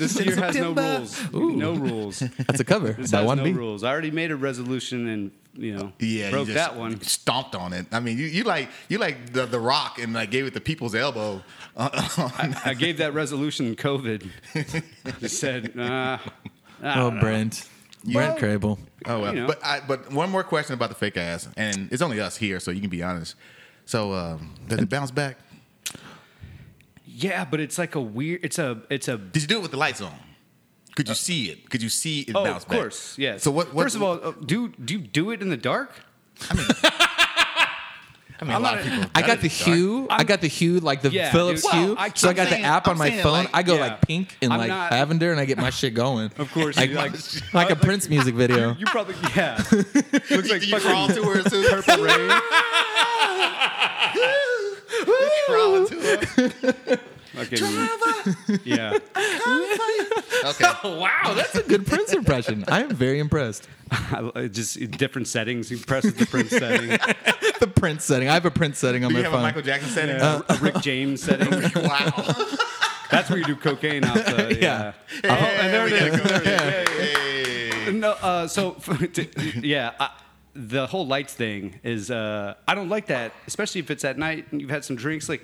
Speaker 1: This year
Speaker 2: in
Speaker 1: has no
Speaker 2: September.
Speaker 1: rules. No rules.
Speaker 3: That's a cover.
Speaker 1: This
Speaker 3: by
Speaker 1: has
Speaker 3: one
Speaker 1: no
Speaker 3: B.
Speaker 1: rules. I already made a resolution and you know
Speaker 2: Yeah, you
Speaker 1: broke
Speaker 2: just
Speaker 1: that one.
Speaker 2: Stomped on it. I mean, you, you like you like the, the Rock and like gave it the people's elbow. Uh,
Speaker 1: I, I gave that resolution in COVID. Just said, nah. I
Speaker 3: Oh,
Speaker 1: don't know.
Speaker 3: Brent. Brent Crable.
Speaker 2: Oh well,
Speaker 1: You know.
Speaker 2: but I, but one more question about the fake ass, and it's only us here, so you can be honest. So um, does it bounce back?
Speaker 1: Yeah, but it's like a weird. It's a. It's a.
Speaker 2: Did you do it with the lights on? Could you see it? Could you see it
Speaker 1: Uh, Oh,
Speaker 2: bounce
Speaker 1: of course.
Speaker 2: back?
Speaker 1: Yes.
Speaker 2: So what? what
Speaker 1: First of all, uh, do do you do it in the dark?
Speaker 2: I mean, a
Speaker 1: I'm
Speaker 2: lot
Speaker 1: not
Speaker 2: of
Speaker 1: a-
Speaker 2: people.
Speaker 3: I got the hue. i
Speaker 1: I'm-
Speaker 3: got the hue, like the
Speaker 1: Yeah,
Speaker 3: Phillips
Speaker 1: dude.
Speaker 3: hue.
Speaker 1: Well, I
Speaker 3: so I
Speaker 1: keep
Speaker 3: got
Speaker 2: saying-
Speaker 3: the app on
Speaker 2: I'm
Speaker 3: my
Speaker 2: saying,
Speaker 3: phone.
Speaker 2: like,
Speaker 3: I go
Speaker 1: yeah.
Speaker 3: like pink and
Speaker 1: I'm
Speaker 3: like
Speaker 1: not-
Speaker 3: lavender, and I get my shit going.
Speaker 1: Of course,
Speaker 3: like,
Speaker 1: you like-
Speaker 3: like a
Speaker 1: like-
Speaker 3: Prince music video.
Speaker 1: You probably yeah. Looks like
Speaker 2: Did
Speaker 1: fucking
Speaker 2: you crawl to her too?
Speaker 1: purple rain.
Speaker 2: Crawling to her.
Speaker 1: Fucking- yeah.
Speaker 2: Okay.
Speaker 1: Oh,
Speaker 3: wow, that's a good Prince impression. I am very impressed.
Speaker 1: I- I just in different settings. You press the print setting.
Speaker 3: The Prince setting. I have a Prince setting on
Speaker 2: Do you
Speaker 3: my
Speaker 2: have a
Speaker 3: phone.
Speaker 2: Michael Jackson setting?
Speaker 1: a Rick James setting.
Speaker 2: Wow.
Speaker 1: That's where you do cocaine out the.
Speaker 3: Yeah.
Speaker 1: Yeah. Oh, and there it
Speaker 2: we
Speaker 1: is.
Speaker 2: gotta go. Hey.
Speaker 1: No, uh, so to, yeah, I, the whole lights thing is uh, I don't like that, especially if it's at night and you've had some drinks. Like,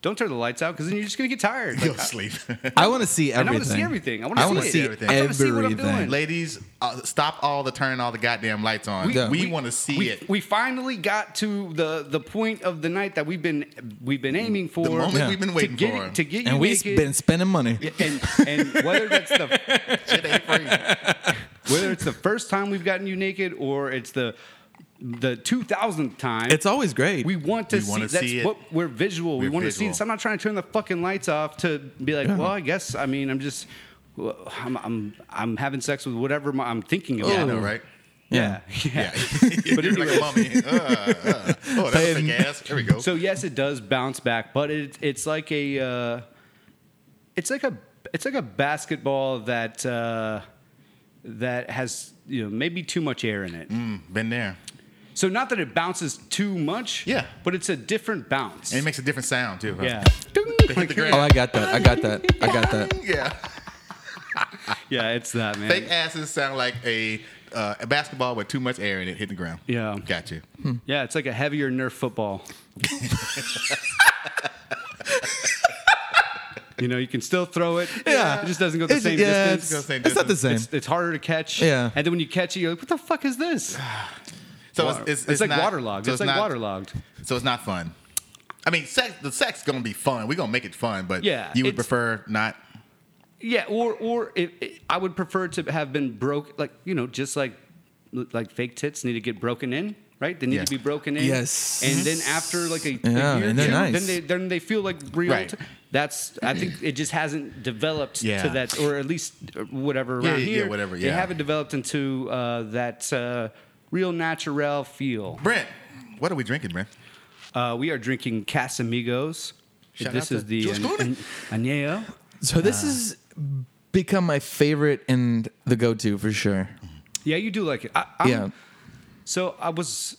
Speaker 1: don't turn the lights out because then you're just gonna get tired. Like,
Speaker 2: Go to sleep.
Speaker 3: I want to see
Speaker 1: I
Speaker 3: everything.
Speaker 1: want to see everything. I
Speaker 3: I
Speaker 1: want
Speaker 3: wanna
Speaker 1: to
Speaker 3: see
Speaker 1: see it.
Speaker 3: everything.
Speaker 1: I wanna see what I'm
Speaker 3: Everything.
Speaker 1: doing.
Speaker 2: Ladies, uh, stop all the turning all the goddamn lights on. We,
Speaker 3: Yeah.
Speaker 2: want to see
Speaker 1: we,
Speaker 2: it.
Speaker 1: we finally got to the the point of the night that we've been we've been aiming for.
Speaker 2: moment
Speaker 3: we've
Speaker 2: been
Speaker 1: to
Speaker 2: waiting
Speaker 1: get,
Speaker 2: for.
Speaker 1: To get you
Speaker 3: And we've
Speaker 1: naked.
Speaker 3: been spending money.
Speaker 1: and, and whether that's the
Speaker 2: Shit ain't free.
Speaker 1: whether it's the first time we've gotten you naked or it's the the two thousandth time,
Speaker 3: It's always great.
Speaker 1: We want to
Speaker 2: We
Speaker 1: see.
Speaker 2: wanna
Speaker 1: That's
Speaker 2: see it.
Speaker 1: what we're visual. we
Speaker 2: We're
Speaker 1: want to see
Speaker 2: visual.
Speaker 1: this. I'm not trying to turn the fucking lights off to be like, well, I guess. I mean, I'm just, well, I'm, I'm, I'm having sex with whatever my, I'm thinking about.
Speaker 2: Yeah,
Speaker 3: Oh.
Speaker 2: I know, right?
Speaker 1: Yeah,
Speaker 2: Yeah.
Speaker 1: yeah.
Speaker 2: but You're like a mummy. Uh, uh. Oh, that's a
Speaker 3: Paying-
Speaker 2: fake ass. There we go.
Speaker 1: So yes, it does bounce back, but it, it's like a, uh, it's like a, it's like a basketball that uh, that has you know maybe too much air in it.
Speaker 2: Mm, Been there.
Speaker 1: So not that it bounces too much.
Speaker 2: Yeah.
Speaker 1: but it's a different bounce.
Speaker 2: And it makes a different sound, too. huh?
Speaker 1: yeah,
Speaker 2: They hit the
Speaker 3: Oh,
Speaker 2: ground.
Speaker 3: I got that. I got that. I got that.
Speaker 2: Yeah.
Speaker 1: yeah, it's that man.
Speaker 2: Fake asses sound like a, uh, a basketball with too much air in it hitting the ground.
Speaker 1: Yeah.
Speaker 2: Got you.
Speaker 1: Yeah, it's like a heavier Nerf football. you know, you can still throw it.
Speaker 3: Yeah.
Speaker 1: It just doesn't go the
Speaker 3: It's-
Speaker 1: same
Speaker 3: yeah,
Speaker 1: distance.
Speaker 2: It's
Speaker 3: It's,
Speaker 2: the same
Speaker 3: it's not the same.
Speaker 1: It's, it's harder to catch.
Speaker 3: Yeah.
Speaker 1: And then when you catch it, you're like, what the fuck is this?
Speaker 2: So
Speaker 1: Water.
Speaker 2: it's, it's,
Speaker 1: like
Speaker 2: not-
Speaker 1: waterlogged.
Speaker 2: so
Speaker 1: it's, like
Speaker 2: not-
Speaker 1: waterlogged.
Speaker 2: So it's not fun. I mean, sex, the sex going to be fun. We're going to make it fun, but
Speaker 1: Yeah,
Speaker 2: you would
Speaker 1: it's-
Speaker 2: prefer not.
Speaker 1: Yeah, or or it, it- I would prefer to have been broke, like you know, just like like fake tits need to get broken in, right? They need
Speaker 2: Yeah.
Speaker 1: to be broken in.
Speaker 3: Yes.
Speaker 1: and then after like a, a
Speaker 3: Yeah,
Speaker 1: year,
Speaker 3: and they're
Speaker 1: two,
Speaker 3: nice.
Speaker 1: then they then they feel like real.
Speaker 2: Right.
Speaker 1: t- that's I think it just hasn't developed
Speaker 2: Yeah.
Speaker 1: to that, or at least uh, whatever around
Speaker 2: Yeah, yeah,
Speaker 1: here.
Speaker 2: whatever,
Speaker 1: They
Speaker 2: yeah.
Speaker 1: haven't developed into uh, that uh, real natural feel.
Speaker 2: Brent, what are we drinking, Brent?
Speaker 1: Uh, we are drinking Casamigos.
Speaker 2: Shout
Speaker 1: this
Speaker 2: out to
Speaker 1: is the
Speaker 2: George
Speaker 1: an,
Speaker 2: Clooney.
Speaker 1: an- Añejo.
Speaker 3: So this has become my favorite and the go-to for sure.
Speaker 1: Yeah, you do like it. I, I'm-
Speaker 3: yeah.
Speaker 1: So I was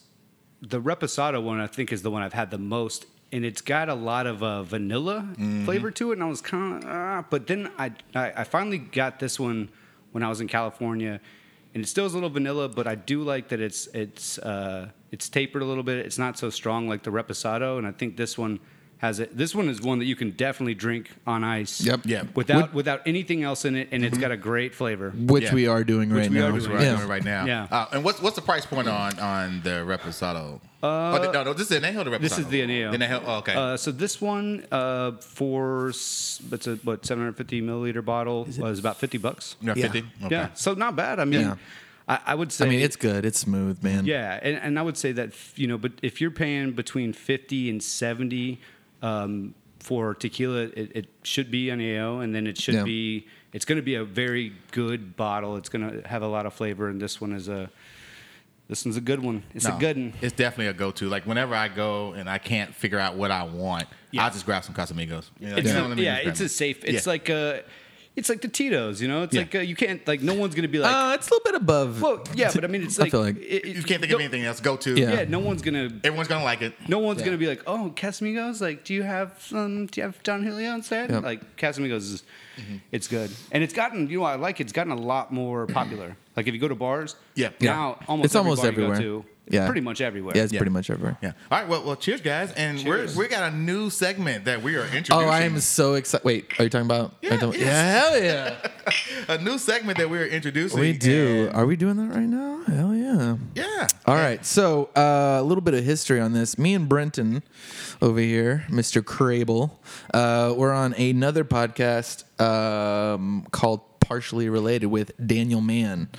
Speaker 1: the reposado one. I think is the one I've had the most, and it's got a lot of uh, vanilla
Speaker 3: Mm-hmm.
Speaker 1: flavor to it. And I was kind of, uh, but then I, I I finally got this one when I was in California, and it still is a little vanilla, but I do like that it's it's uh, it's tapered a little bit. It's not so strong like the reposado, and I think this one. Has it? This one is one that you can definitely drink on ice.
Speaker 3: Yep. Mm-hmm.
Speaker 2: Yeah.
Speaker 1: Without without anything else in it, and it's got a great flavor.
Speaker 3: Which
Speaker 2: Yeah.
Speaker 3: we are doing right
Speaker 1: we
Speaker 3: now.
Speaker 1: are
Speaker 2: That's what
Speaker 1: doing.
Speaker 2: I'm doing right now.
Speaker 1: Yeah.
Speaker 2: Uh, and what's what's the price point on on the reposado? Uh, oh, no, no, this is the Anejo. The reposado.
Speaker 1: This is the Anejo.
Speaker 2: The Anejo. Oh, okay.
Speaker 1: Uh, so this one uh, for s- it's a what 750 milliliter bottle was about 50 bucks.
Speaker 2: yeah,
Speaker 3: yeah.
Speaker 2: fifty. Okay.
Speaker 1: Yeah, so not bad. I mean,
Speaker 3: Yeah.
Speaker 1: I, I would say.
Speaker 3: I mean, it's good. It's smooth, man.
Speaker 1: yeah, and, and I would say that you know, but if you're paying between 50 and 70 um, for tequila, it, it should be an AO, and then it should
Speaker 3: Yeah.
Speaker 1: be. It's going to be a very good bottle. It's going to have a lot of flavor, and this one is a. This one's a good one. It's
Speaker 2: No,
Speaker 1: a good one.
Speaker 2: It's definitely a go-to. Like whenever I go and I can't figure out what I want, I'll just grab some Casamigos. You know,
Speaker 1: It's
Speaker 2: you know
Speaker 1: a-
Speaker 2: what I mean?
Speaker 1: yeah,
Speaker 2: Just grab
Speaker 1: it's
Speaker 2: them.
Speaker 1: a safe. It's
Speaker 2: Yeah.
Speaker 1: like uh it's like the Tito's. You know, it's
Speaker 2: Yeah.
Speaker 1: like uh, you can't like no one's gonna be like,
Speaker 3: Uh, it's a little bit above.
Speaker 1: well, yeah, but I mean, it's
Speaker 3: I
Speaker 1: like,
Speaker 3: feel like-
Speaker 1: it- it-
Speaker 2: you can't think
Speaker 1: no-
Speaker 2: of anything else. Go to.
Speaker 3: Yeah.
Speaker 1: Yeah, no one's gonna.
Speaker 2: Everyone's gonna like it.
Speaker 1: No one's gonna be like, oh, Casamigos. Like, do you have some? Do you have Don Julio instead?
Speaker 3: Yeah.
Speaker 1: Like, Casamigos is,
Speaker 2: Mm-hmm.
Speaker 1: it's good, and it's gotten. You know, I like it. it's gotten a lot more popular. Like, if you go to bars,
Speaker 2: Yeah. Yeah.
Speaker 1: now almost
Speaker 3: It's
Speaker 1: every
Speaker 3: almost
Speaker 1: bar you go
Speaker 3: everywhere.
Speaker 1: to,
Speaker 3: Yeah.
Speaker 1: pretty much everywhere.
Speaker 3: yeah, it's
Speaker 2: Yeah.
Speaker 3: pretty much everywhere.
Speaker 2: Yeah. All right. Well, well. Cheers, guys. And
Speaker 1: Cheers.
Speaker 2: we're we got a new segment that we are introducing.
Speaker 3: Oh, I am so excited. Wait, are you talking about?
Speaker 2: Yeah,
Speaker 3: are you talking-
Speaker 2: yes.
Speaker 3: hell yeah.
Speaker 2: a new segment that we are introducing.
Speaker 3: we do.
Speaker 2: and-
Speaker 3: Are we doing that right now? Hell yeah.
Speaker 2: yeah.
Speaker 3: All right. So uh, a little bit of history on this. Me and Brenton over here, Mr. Crable, uh, we're on another podcast um, called Partially Related with Daniel Mann,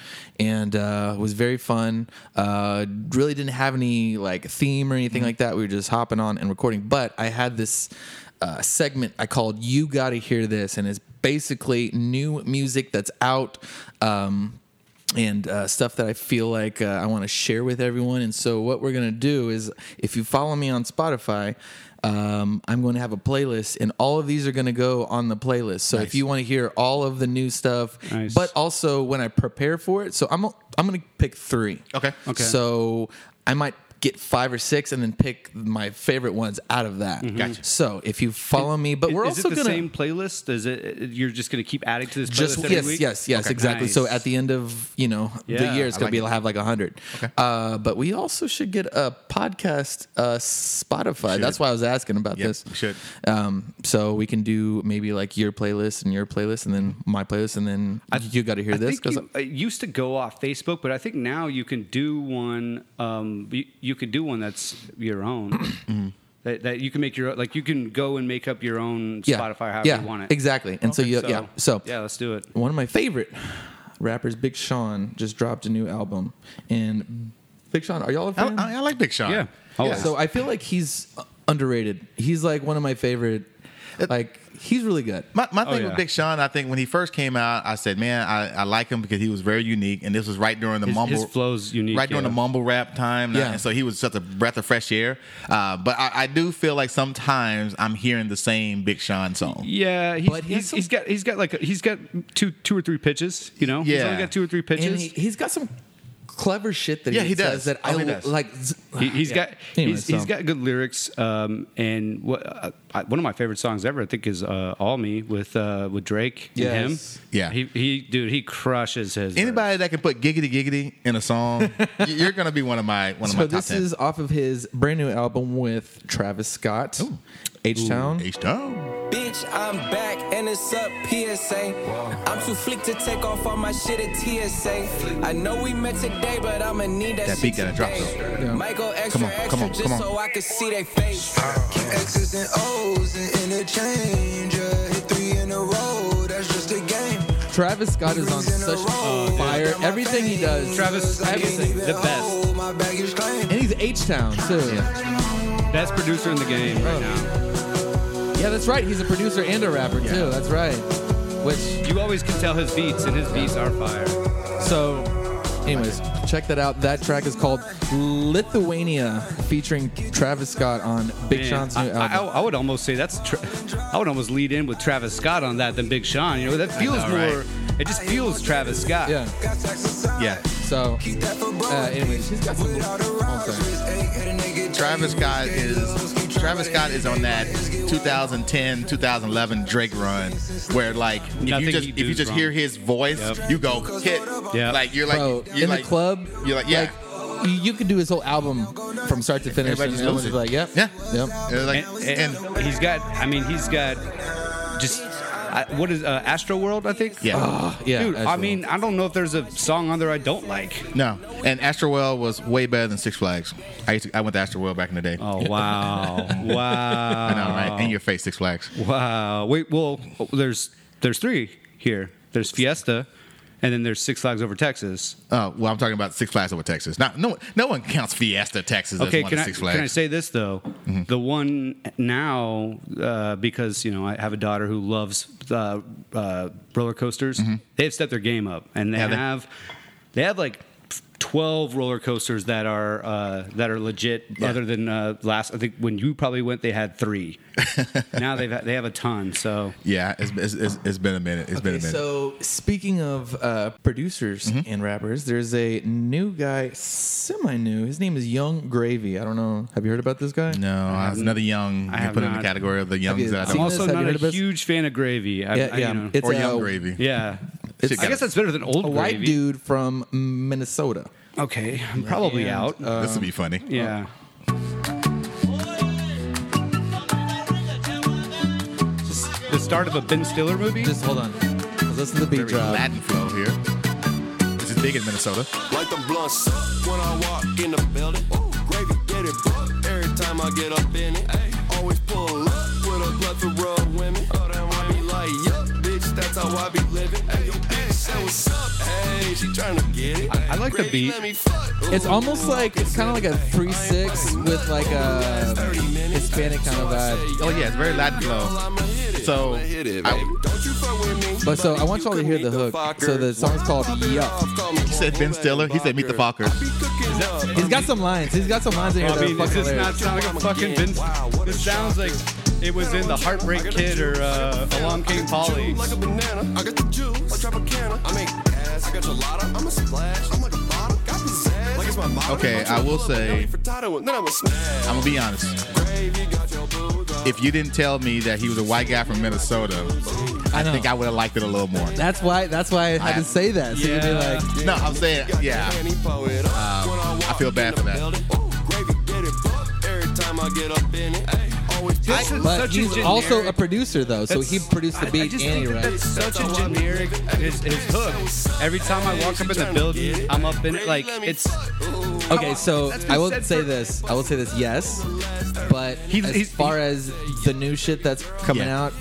Speaker 3: and uh, it was very fun. Uh, really didn't have any like theme or anything like that. We were just hopping on and recording. But I had this uh, segment I called "You Got to Hear This," and it's basically new music that's out. Um, and uh, stuff that I feel like uh, I want to share with everyone. And so, what we're going to do is if you follow me on Spotify, um, I'm going to have a playlist, and all of these are going to go on the playlist. So, if you want to hear all of the new stuff,
Speaker 1: Nice.
Speaker 3: but also when I prepare for it, so I'm, I'm going to pick three.
Speaker 2: Okay.
Speaker 1: Okay.
Speaker 3: So, I might get five or six and then pick my favorite ones out of that.
Speaker 2: Gotcha.
Speaker 3: So, if you follow me, but
Speaker 1: Is-
Speaker 3: we're
Speaker 1: is
Speaker 3: also
Speaker 1: Mm-hmm. it the
Speaker 3: going to.
Speaker 1: same playlist? Is it you're just gonna keep adding to this playlist
Speaker 3: just
Speaker 1: every
Speaker 3: yes,
Speaker 1: week?
Speaker 3: yes, yes,
Speaker 1: Okay.
Speaker 3: exactly. So
Speaker 1: Nice.
Speaker 3: at the end of you know
Speaker 1: Yeah,
Speaker 3: the year, it's
Speaker 1: I
Speaker 3: gonna
Speaker 2: like
Speaker 3: be
Speaker 2: it.
Speaker 3: it'll have like a hundred.
Speaker 2: Okay.
Speaker 3: Uh, but we also should get a podcast uh, Spotify. That's why I was asking about
Speaker 2: Yep,
Speaker 3: this.
Speaker 2: we should.
Speaker 3: Um, so we can do maybe like your playlist and your playlist, and then my playlist, and then you got to hear
Speaker 1: I
Speaker 3: this
Speaker 1: think you, it used to go off Facebook, but I think now you can do one. Um, you, you could do one that's your own.
Speaker 3: Mm-hmm.
Speaker 1: that, that you can make your own- like you can go and make up your own
Speaker 3: yeah,
Speaker 1: Spotify however
Speaker 3: yeah,
Speaker 1: you want it.
Speaker 3: exactly. And so you, yeah, so
Speaker 1: yeah, let's do it.
Speaker 3: one of my favorite rappers, Big Sean, just dropped a new album, and Big Sean, are y'all a
Speaker 2: I,
Speaker 3: fan?
Speaker 2: I- I like Big Sean.
Speaker 1: Yeah. Oh,
Speaker 2: Yeah.
Speaker 1: Yes.
Speaker 3: So I feel like he's underrated. He's like one of my favorite. Like he's really good.
Speaker 2: My, my
Speaker 1: Oh,
Speaker 2: thing
Speaker 1: yeah.
Speaker 2: with Big Sean, I think when he first came out, I said, man, I, I like him because he was very unique, and this was right during the
Speaker 1: His-
Speaker 2: mumble.
Speaker 1: his flow's unique,
Speaker 2: Right during
Speaker 1: yeah.
Speaker 2: the mumble rap time,
Speaker 3: Yeah.
Speaker 2: and so he was such a breath of fresh air. Uh, but I, I do feel like sometimes I'm hearing the same Big Sean song.
Speaker 1: Yeah, he's,
Speaker 3: But
Speaker 1: he's,
Speaker 3: he's some-
Speaker 1: he's got he's got like a, he's got two two or three pitches. You know, he's
Speaker 2: Yeah.
Speaker 1: only got two or three pitches.
Speaker 3: And he, he's got some clever shit that
Speaker 2: Yeah,
Speaker 3: he,
Speaker 2: he
Speaker 3: does
Speaker 2: does.
Speaker 3: that
Speaker 2: Oh,
Speaker 3: I
Speaker 2: he does.
Speaker 3: like.
Speaker 1: He, has got
Speaker 3: Anyway,
Speaker 1: he's,
Speaker 3: so-
Speaker 1: he's got good lyrics, um, and what, uh, I, one of my favorite songs ever, I think, is uh, "All Me" with uh, with Drake and him.
Speaker 3: Yes.
Speaker 2: Yeah.
Speaker 1: he, he dude, he crushes his.
Speaker 2: Anybody that can put giggity giggity in a song, y- you're gonna be one of my one of my
Speaker 3: So
Speaker 2: top
Speaker 3: this
Speaker 2: ten.
Speaker 3: is off of his brand new album with Travis Scott, H Town.
Speaker 2: H Town.
Speaker 4: Bitch, I'm back and it's up PSA. I'm too flick to take off all my shit at TSA. I know we met today, but I'ma need that,
Speaker 2: That beat
Speaker 4: shit
Speaker 2: gotta drop,
Speaker 4: today.
Speaker 2: though.
Speaker 4: Might go extra,
Speaker 2: Come on,
Speaker 4: extra
Speaker 2: come on,
Speaker 4: just
Speaker 2: come on.
Speaker 4: so I can see they face.
Speaker 5: Keep X's and O's and interchange. yeah. Hit three in a row, that's just a game.
Speaker 3: Travis Scott is on such fire. Everything he does.
Speaker 1: Travis,
Speaker 3: everything.
Speaker 1: the best,
Speaker 3: And he's H Town too. Yeah.
Speaker 1: best producer in the game right now.
Speaker 3: that's right. He's a producer and a rapper too. That's right. Which
Speaker 1: You always can tell his beats, and his beats are fire.
Speaker 3: so, anyways, check that out. That track is called Lithuania, featuring Travis Scott on Big
Speaker 1: Man,
Speaker 3: Sean's new
Speaker 1: I,
Speaker 3: album.
Speaker 1: I, I would almost say that's. Tra- I would almost lead in with Travis Scott on that than Big Sean. You know that feels
Speaker 2: know, right?
Speaker 1: more. It just feels Travis Scott.
Speaker 3: yeah.
Speaker 2: Yeah.
Speaker 3: So, uh, anyways, he's got some. oh, I'm sorry.
Speaker 2: Travis Scott is Travis Scott is on that 2010 2011 Drake run where like if
Speaker 1: Nothing
Speaker 2: you just
Speaker 1: he
Speaker 2: if you
Speaker 1: does
Speaker 2: just
Speaker 1: wrong.
Speaker 2: hear his voice
Speaker 1: Yep.
Speaker 2: you go hit
Speaker 1: Yep.
Speaker 2: like you're like
Speaker 3: Bro,
Speaker 2: you're
Speaker 3: in
Speaker 2: like
Speaker 3: the club,
Speaker 2: you're like yeah
Speaker 3: like, you, you could do his whole album from start to finish,
Speaker 2: Everybody
Speaker 3: and
Speaker 2: just knows
Speaker 3: everyone's
Speaker 2: it.
Speaker 3: like, "Yep,
Speaker 2: Yeah.
Speaker 3: yep."
Speaker 2: You're like,
Speaker 1: and, and,
Speaker 2: and-
Speaker 1: he's got. I mean, he's got just. I, what is uh, Astro World? I think.
Speaker 2: yeah
Speaker 3: Yeah,
Speaker 1: Dude, I
Speaker 3: absolutely.
Speaker 1: mean, I don't know if there's a song on there I don't like.
Speaker 2: no and Astroworld was way better than Six Flags I used to, I went to Astroworld back in the day
Speaker 1: Oh wow, wow,
Speaker 2: I know right in your face Six Flags
Speaker 1: wow. Wait, Uh, well, there's there's three here. There's Fiesta, and then there's Six Flags Over Texas.
Speaker 2: oh well I'm talking about Six Flags over Texas not no no one counts Fiesta Texas as
Speaker 1: Okay,
Speaker 2: one
Speaker 1: can
Speaker 2: of
Speaker 1: I,
Speaker 2: Six Flags Mm-hmm.
Speaker 1: can I say this though? The one now, uh, because you know I have a daughter who loves uh, uh, roller coasters. They've stepped their game up, and they
Speaker 2: Have Mm-hmm. they?
Speaker 1: have they? have like twelve roller coasters that are uh, that are legit.
Speaker 2: Yeah.
Speaker 1: Other than uh, last, I think when you probably went, they had three. now they've they have a ton. So
Speaker 2: yeah it's, it's, it's, it's been a minute It's been a
Speaker 3: Okay,
Speaker 2: minute Mm-hmm.
Speaker 3: So speaking of uh, producers and rappers, there's a new guy, semi-new. His name is Young Gravy. I don't know. Have you heard about this guy?
Speaker 2: no, I was another young.
Speaker 1: I
Speaker 2: you
Speaker 1: have
Speaker 2: put in
Speaker 1: not.
Speaker 2: the category of the youngs
Speaker 3: Okay,
Speaker 2: that I
Speaker 1: I'm
Speaker 2: don't
Speaker 3: Seen this?
Speaker 1: also
Speaker 3: Have you
Speaker 1: not
Speaker 3: heard
Speaker 1: a
Speaker 3: of this?
Speaker 1: huge fan of gravy. I,
Speaker 3: Yeah,
Speaker 1: I,
Speaker 3: yeah.
Speaker 1: You know,
Speaker 3: It's
Speaker 2: or
Speaker 3: a-
Speaker 2: Young Gravy.
Speaker 1: yeah.
Speaker 2: It's-
Speaker 1: I guess that's better than old
Speaker 3: A white
Speaker 1: gravy.
Speaker 3: dude from Minnesota.
Speaker 1: Okay, I'm probably
Speaker 3: And, uh,
Speaker 1: out.
Speaker 2: this would be funny.
Speaker 1: uh, yeah. the start of a Ben Stiller movie.
Speaker 3: Just hold on. Let's Listen to the beat
Speaker 2: Very
Speaker 3: drop.
Speaker 2: Latin flow here. This is big in Minnesota.
Speaker 5: Like the blunts when I walk in the building. Gravy get it, bro. Every time I get up in it, always pull up with a plethora of women. I be like, yup, bitch, that's how I be living. Oh, Hey, yo, bitch, say what's up? Hey, she tryna get it.
Speaker 1: I like the
Speaker 5: Gravy,
Speaker 1: beat.
Speaker 5: let me fuck.
Speaker 3: It's
Speaker 5: Ooh,
Speaker 3: almost like it's kind of like a three six with like a Hispanic kind of vibe.
Speaker 2: Oh yeah, it's very Latin flow.
Speaker 5: I'ma hit it.
Speaker 2: So
Speaker 5: Hit it,
Speaker 2: I-
Speaker 5: baby. Don't you fuck with me.
Speaker 3: But so I want y'all to hear the hook. So the song's called Yup.
Speaker 5: He
Speaker 2: said Ben Stiller. He said Meet the Fokker.
Speaker 3: He's got some lines. He's got some lines in here
Speaker 1: I
Speaker 3: that are
Speaker 1: mean, this
Speaker 3: fucking
Speaker 1: does not
Speaker 3: hilarious.
Speaker 1: sound like a fucking Ben. This sounds like it was in the Heartbreak Kid or uh,
Speaker 5: Oh,
Speaker 1: Along Came Polly.
Speaker 5: Like a banana, I got the juice, like Tropicana. I make ass, I got gelato, I'm a splash, I'm like a bottle, got possessed, like it's my motto.
Speaker 2: Okay, I will say-
Speaker 5: Frittata, and then I'm a snack.
Speaker 2: I'm gonna be honest.
Speaker 5: Gravy got your booze on.
Speaker 2: If you didn't tell me that he was a white guy from Minnesota, I,
Speaker 3: know.
Speaker 2: think I would have liked it a little more.
Speaker 3: That's why. That's why I had to say that. So you'd be
Speaker 1: Yeah.
Speaker 3: like,
Speaker 2: No, I'm saying yeah. I feel bad for that.
Speaker 5: that.
Speaker 1: This is
Speaker 3: But
Speaker 1: such a
Speaker 3: he's
Speaker 1: generic-
Speaker 3: also a producer though, so
Speaker 1: That's-
Speaker 3: he produced the
Speaker 1: I- I
Speaker 3: beat
Speaker 1: just
Speaker 3: and he
Speaker 1: think that
Speaker 3: rapped.
Speaker 1: that's such a generic his, his hook. Every time I walk up in the building, I'm up in it. Like it's
Speaker 3: Okay, so
Speaker 1: That's been
Speaker 3: I will
Speaker 1: said
Speaker 3: say
Speaker 1: for-
Speaker 3: this. I will say this. Yes, but
Speaker 1: He's-
Speaker 3: as
Speaker 1: he's-
Speaker 3: far as the new shit that's coming
Speaker 2: Yeah.
Speaker 3: out,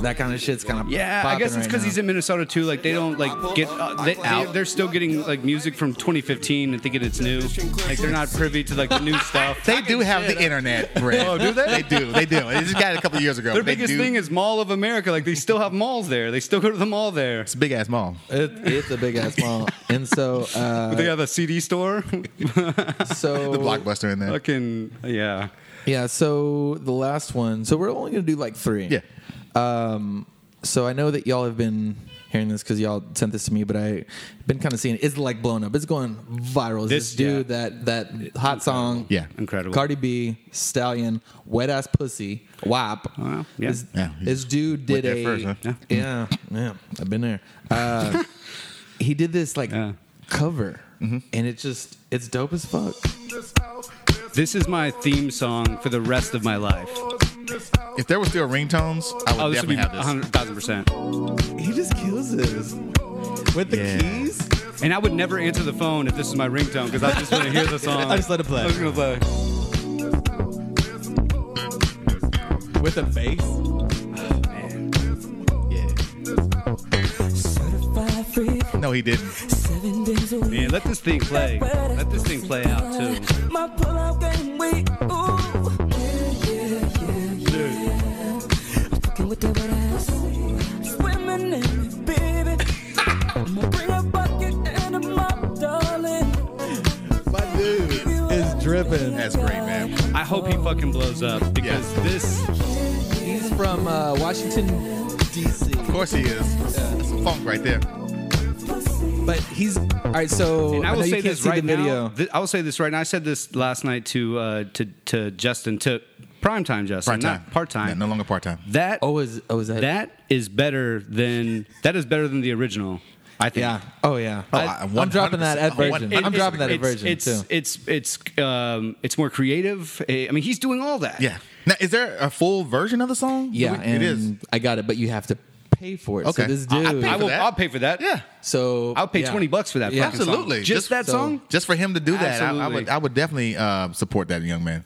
Speaker 3: that kind of shit's kind of
Speaker 1: Yeah, I guess it's because
Speaker 3: because
Speaker 1: he's in Minnesota too. Like they don't like get uh, they, out. They're still getting like music from 2015 and thinking it's new. Like they're not privy to like the new stuff.
Speaker 2: They do have the internet, Brad.
Speaker 1: Oh, do they?
Speaker 2: They do. They do. They just got it a couple years ago.
Speaker 1: Their
Speaker 2: but they
Speaker 1: biggest
Speaker 2: do.
Speaker 1: thing is Mall of America. Like they still have malls there. They still go to the mall there.
Speaker 2: it's a big ass mall.
Speaker 3: It, it's a big ass mall, and so uh,
Speaker 1: They have a CD store.
Speaker 3: so
Speaker 2: The blockbuster in there.
Speaker 1: Fucking yeah.
Speaker 3: yeah. So the last one. So we're only gonna do like three.
Speaker 2: Yeah.
Speaker 3: Um, So I know that y'all have been hearing this because y'all sent this to me, but I've been kind of seeing it. it's like blown up. It's going viral. It's this,
Speaker 1: This-
Speaker 3: dude
Speaker 1: yeah.
Speaker 3: that that hot song,
Speaker 2: Yeah.
Speaker 1: Incredible.
Speaker 3: Cardi B, Stallion, Wet Ass Pussy, WAP.
Speaker 1: Wow, yeah.
Speaker 3: This,
Speaker 2: Yeah, he
Speaker 3: this dude did
Speaker 2: there
Speaker 3: a
Speaker 2: first, huh?
Speaker 1: Yeah.
Speaker 3: yeah yeah I've been there. Uh, he did this like
Speaker 1: Yeah.
Speaker 3: cover,
Speaker 2: Mm-hmm.
Speaker 3: and it's just it's dope as fuck.
Speaker 1: This is my theme song for the rest of my life.
Speaker 2: If there were still ringtones, I would
Speaker 1: Oh, this would
Speaker 2: definitely
Speaker 1: be
Speaker 2: have this.
Speaker 1: 100,000 percent.
Speaker 3: He just kills this with the
Speaker 2: Yeah.
Speaker 3: keys.
Speaker 1: And I would never answer the phone if this is my ringtone because I just want to hear the song.
Speaker 3: I just let it play.
Speaker 1: I was gonna play.
Speaker 3: with a bass.
Speaker 2: Yeah.
Speaker 4: Certified
Speaker 2: No, he didn't.
Speaker 6: Seven days a week.
Speaker 1: Man, let this thing play. Let this thing play out too.
Speaker 6: My pull-out game week. Ooh. Yeah, yeah, yeah, yeah. Fucking with that wet ass. Swimming in it, baby. I'ma bring a bucket and a mop, darling.
Speaker 2: My dude.
Speaker 6: You are
Speaker 3: It's dripping.
Speaker 2: That's great, man.
Speaker 1: I hope he fucking blows up because
Speaker 2: Yeah.
Speaker 1: this
Speaker 3: He's from uh, Washington, D.C.
Speaker 2: Of course he is. That's some funk right there.
Speaker 3: But he's all right. So
Speaker 1: And I will
Speaker 3: know you
Speaker 1: say
Speaker 3: can't
Speaker 1: this
Speaker 3: see
Speaker 1: right
Speaker 3: the video.
Speaker 1: now. Th- I will say this right now. I said this last night to uh, to to Justin to primetime Justin,
Speaker 2: Part time.
Speaker 1: not part time.
Speaker 2: No, no longer part time.
Speaker 1: That
Speaker 3: Oh, is oh is that?
Speaker 1: that is better than that is better than the original. I think.
Speaker 3: Yeah. Oh yeah.
Speaker 2: Oh, I-
Speaker 3: I, am dropping that at
Speaker 2: 100%.
Speaker 3: version. I'm
Speaker 1: It-
Speaker 3: dropping that at
Speaker 1: it's-
Speaker 3: version
Speaker 1: it's,
Speaker 3: too.
Speaker 1: It's it's um, it's more creative. Eh, I mean, he's doing all that.
Speaker 2: Yeah. Now, is there a full version of the song?
Speaker 3: yeah,
Speaker 2: it
Speaker 3: and
Speaker 2: is.
Speaker 3: I got it, but you have to pay for it.
Speaker 2: Okay.
Speaker 3: So this
Speaker 2: I- I
Speaker 3: dude.
Speaker 1: I will.
Speaker 2: that.
Speaker 1: I'll pay for that.
Speaker 2: Yeah.
Speaker 3: so
Speaker 1: I'll pay
Speaker 3: yeah.
Speaker 1: twenty bucks for that.
Speaker 3: Yeah.
Speaker 1: fucking song.
Speaker 2: Absolutely.
Speaker 1: Just,
Speaker 2: Just-
Speaker 1: that
Speaker 3: so-
Speaker 1: song.
Speaker 2: Just for him to do that, I, I would.
Speaker 1: Absolutely.
Speaker 2: I would definitely uh, support that young man.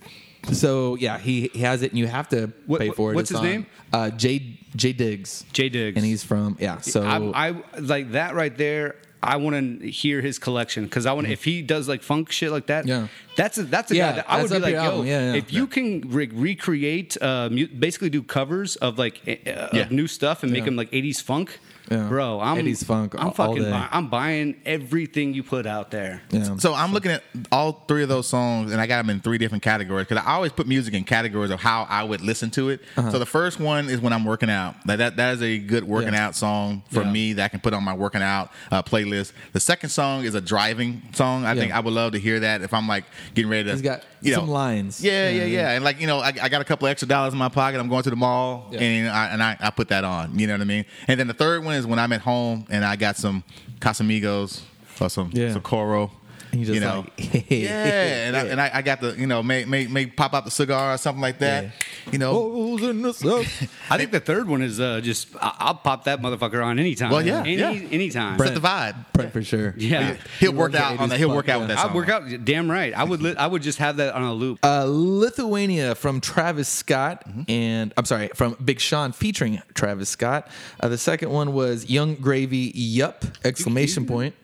Speaker 3: So yeah, he, he has it, and you have to
Speaker 1: What-
Speaker 3: pay
Speaker 1: what-
Speaker 3: for it.
Speaker 1: what's
Speaker 3: It's
Speaker 1: his
Speaker 3: on,
Speaker 1: name?
Speaker 3: Uh, J J Diggs.
Speaker 1: J Diggs.
Speaker 3: and he's from yeah. So
Speaker 1: I, I like that right there. I want to hear his collection because I want to if he does like funk shit like that.
Speaker 3: Mm. Yeah.
Speaker 1: that's a, that's a
Speaker 3: Yeah,
Speaker 1: guy that I
Speaker 3: that's
Speaker 1: would be
Speaker 3: up
Speaker 1: like,
Speaker 3: your
Speaker 1: yo,
Speaker 3: alley. Yeah, yeah.
Speaker 1: if you can re- recreate, uh, mu- basically do covers of like uh,
Speaker 2: Yeah.
Speaker 1: of new stuff and make
Speaker 3: Yeah.
Speaker 1: them like '80s funk.
Speaker 3: Yeah.
Speaker 1: Bro, I'm
Speaker 3: 80s funk all-
Speaker 1: I'm
Speaker 3: all
Speaker 1: fucking.
Speaker 3: day.
Speaker 1: buy- I'm buying everything you put out there.
Speaker 3: yeah.
Speaker 2: So I'm looking at all three of those songs, and I got them in three different categories because I always put music in categories of how I would listen to it.
Speaker 3: Uh-huh.
Speaker 2: So the first one is when I'm working out. That that, that is a good working
Speaker 3: Yeah.
Speaker 2: out song for
Speaker 3: Yeah.
Speaker 2: me that I can put on my working out uh, playlist. The second song is a driving song. I think
Speaker 3: Yeah.
Speaker 2: I would love to hear that if I'm like getting ready to.
Speaker 3: He's got
Speaker 2: you know,
Speaker 3: some lines.
Speaker 2: Yeah,
Speaker 3: Yeah,
Speaker 2: yeah, yeah,
Speaker 3: yeah.
Speaker 2: And like you know, I, I got a couple extra dollars in my pocket. I'm going to the mall,
Speaker 3: Yeah.
Speaker 2: and I, and I, I put that on. You know what I mean? And then the third one is when I'm at home and I got some Casamigos or some
Speaker 3: Yeah.
Speaker 2: some Coro
Speaker 3: And you just
Speaker 2: you know,
Speaker 3: like,
Speaker 2: yeah, and, I, and I, I got the you know may, may may pop out the cigar or something like that,
Speaker 3: Yeah.
Speaker 2: you know.
Speaker 3: Holes in the sub-
Speaker 1: I think the third one is uh, just I- I'll pop that motherfucker on anytime.
Speaker 2: Well, yeah,
Speaker 1: Any,
Speaker 2: yeah.
Speaker 1: anytime.
Speaker 2: Set the vibe.
Speaker 3: Brent for sure.
Speaker 1: yeah.
Speaker 2: He'll
Speaker 3: He
Speaker 2: work
Speaker 3: loves
Speaker 2: out
Speaker 3: the
Speaker 2: on that. He'll
Speaker 3: 80s
Speaker 2: work out with
Speaker 3: funk,
Speaker 2: that
Speaker 1: I
Speaker 2: song.
Speaker 1: work out. Damn right. I would. Li- I would just have that on a loop.
Speaker 3: Uh, Lithuania from Travis Scott
Speaker 2: Mm-hmm.
Speaker 3: and I'm sorry from Big Sean featuring Travis Scott. Uh, the second one was Young Gravy. Yup! Exclamation point.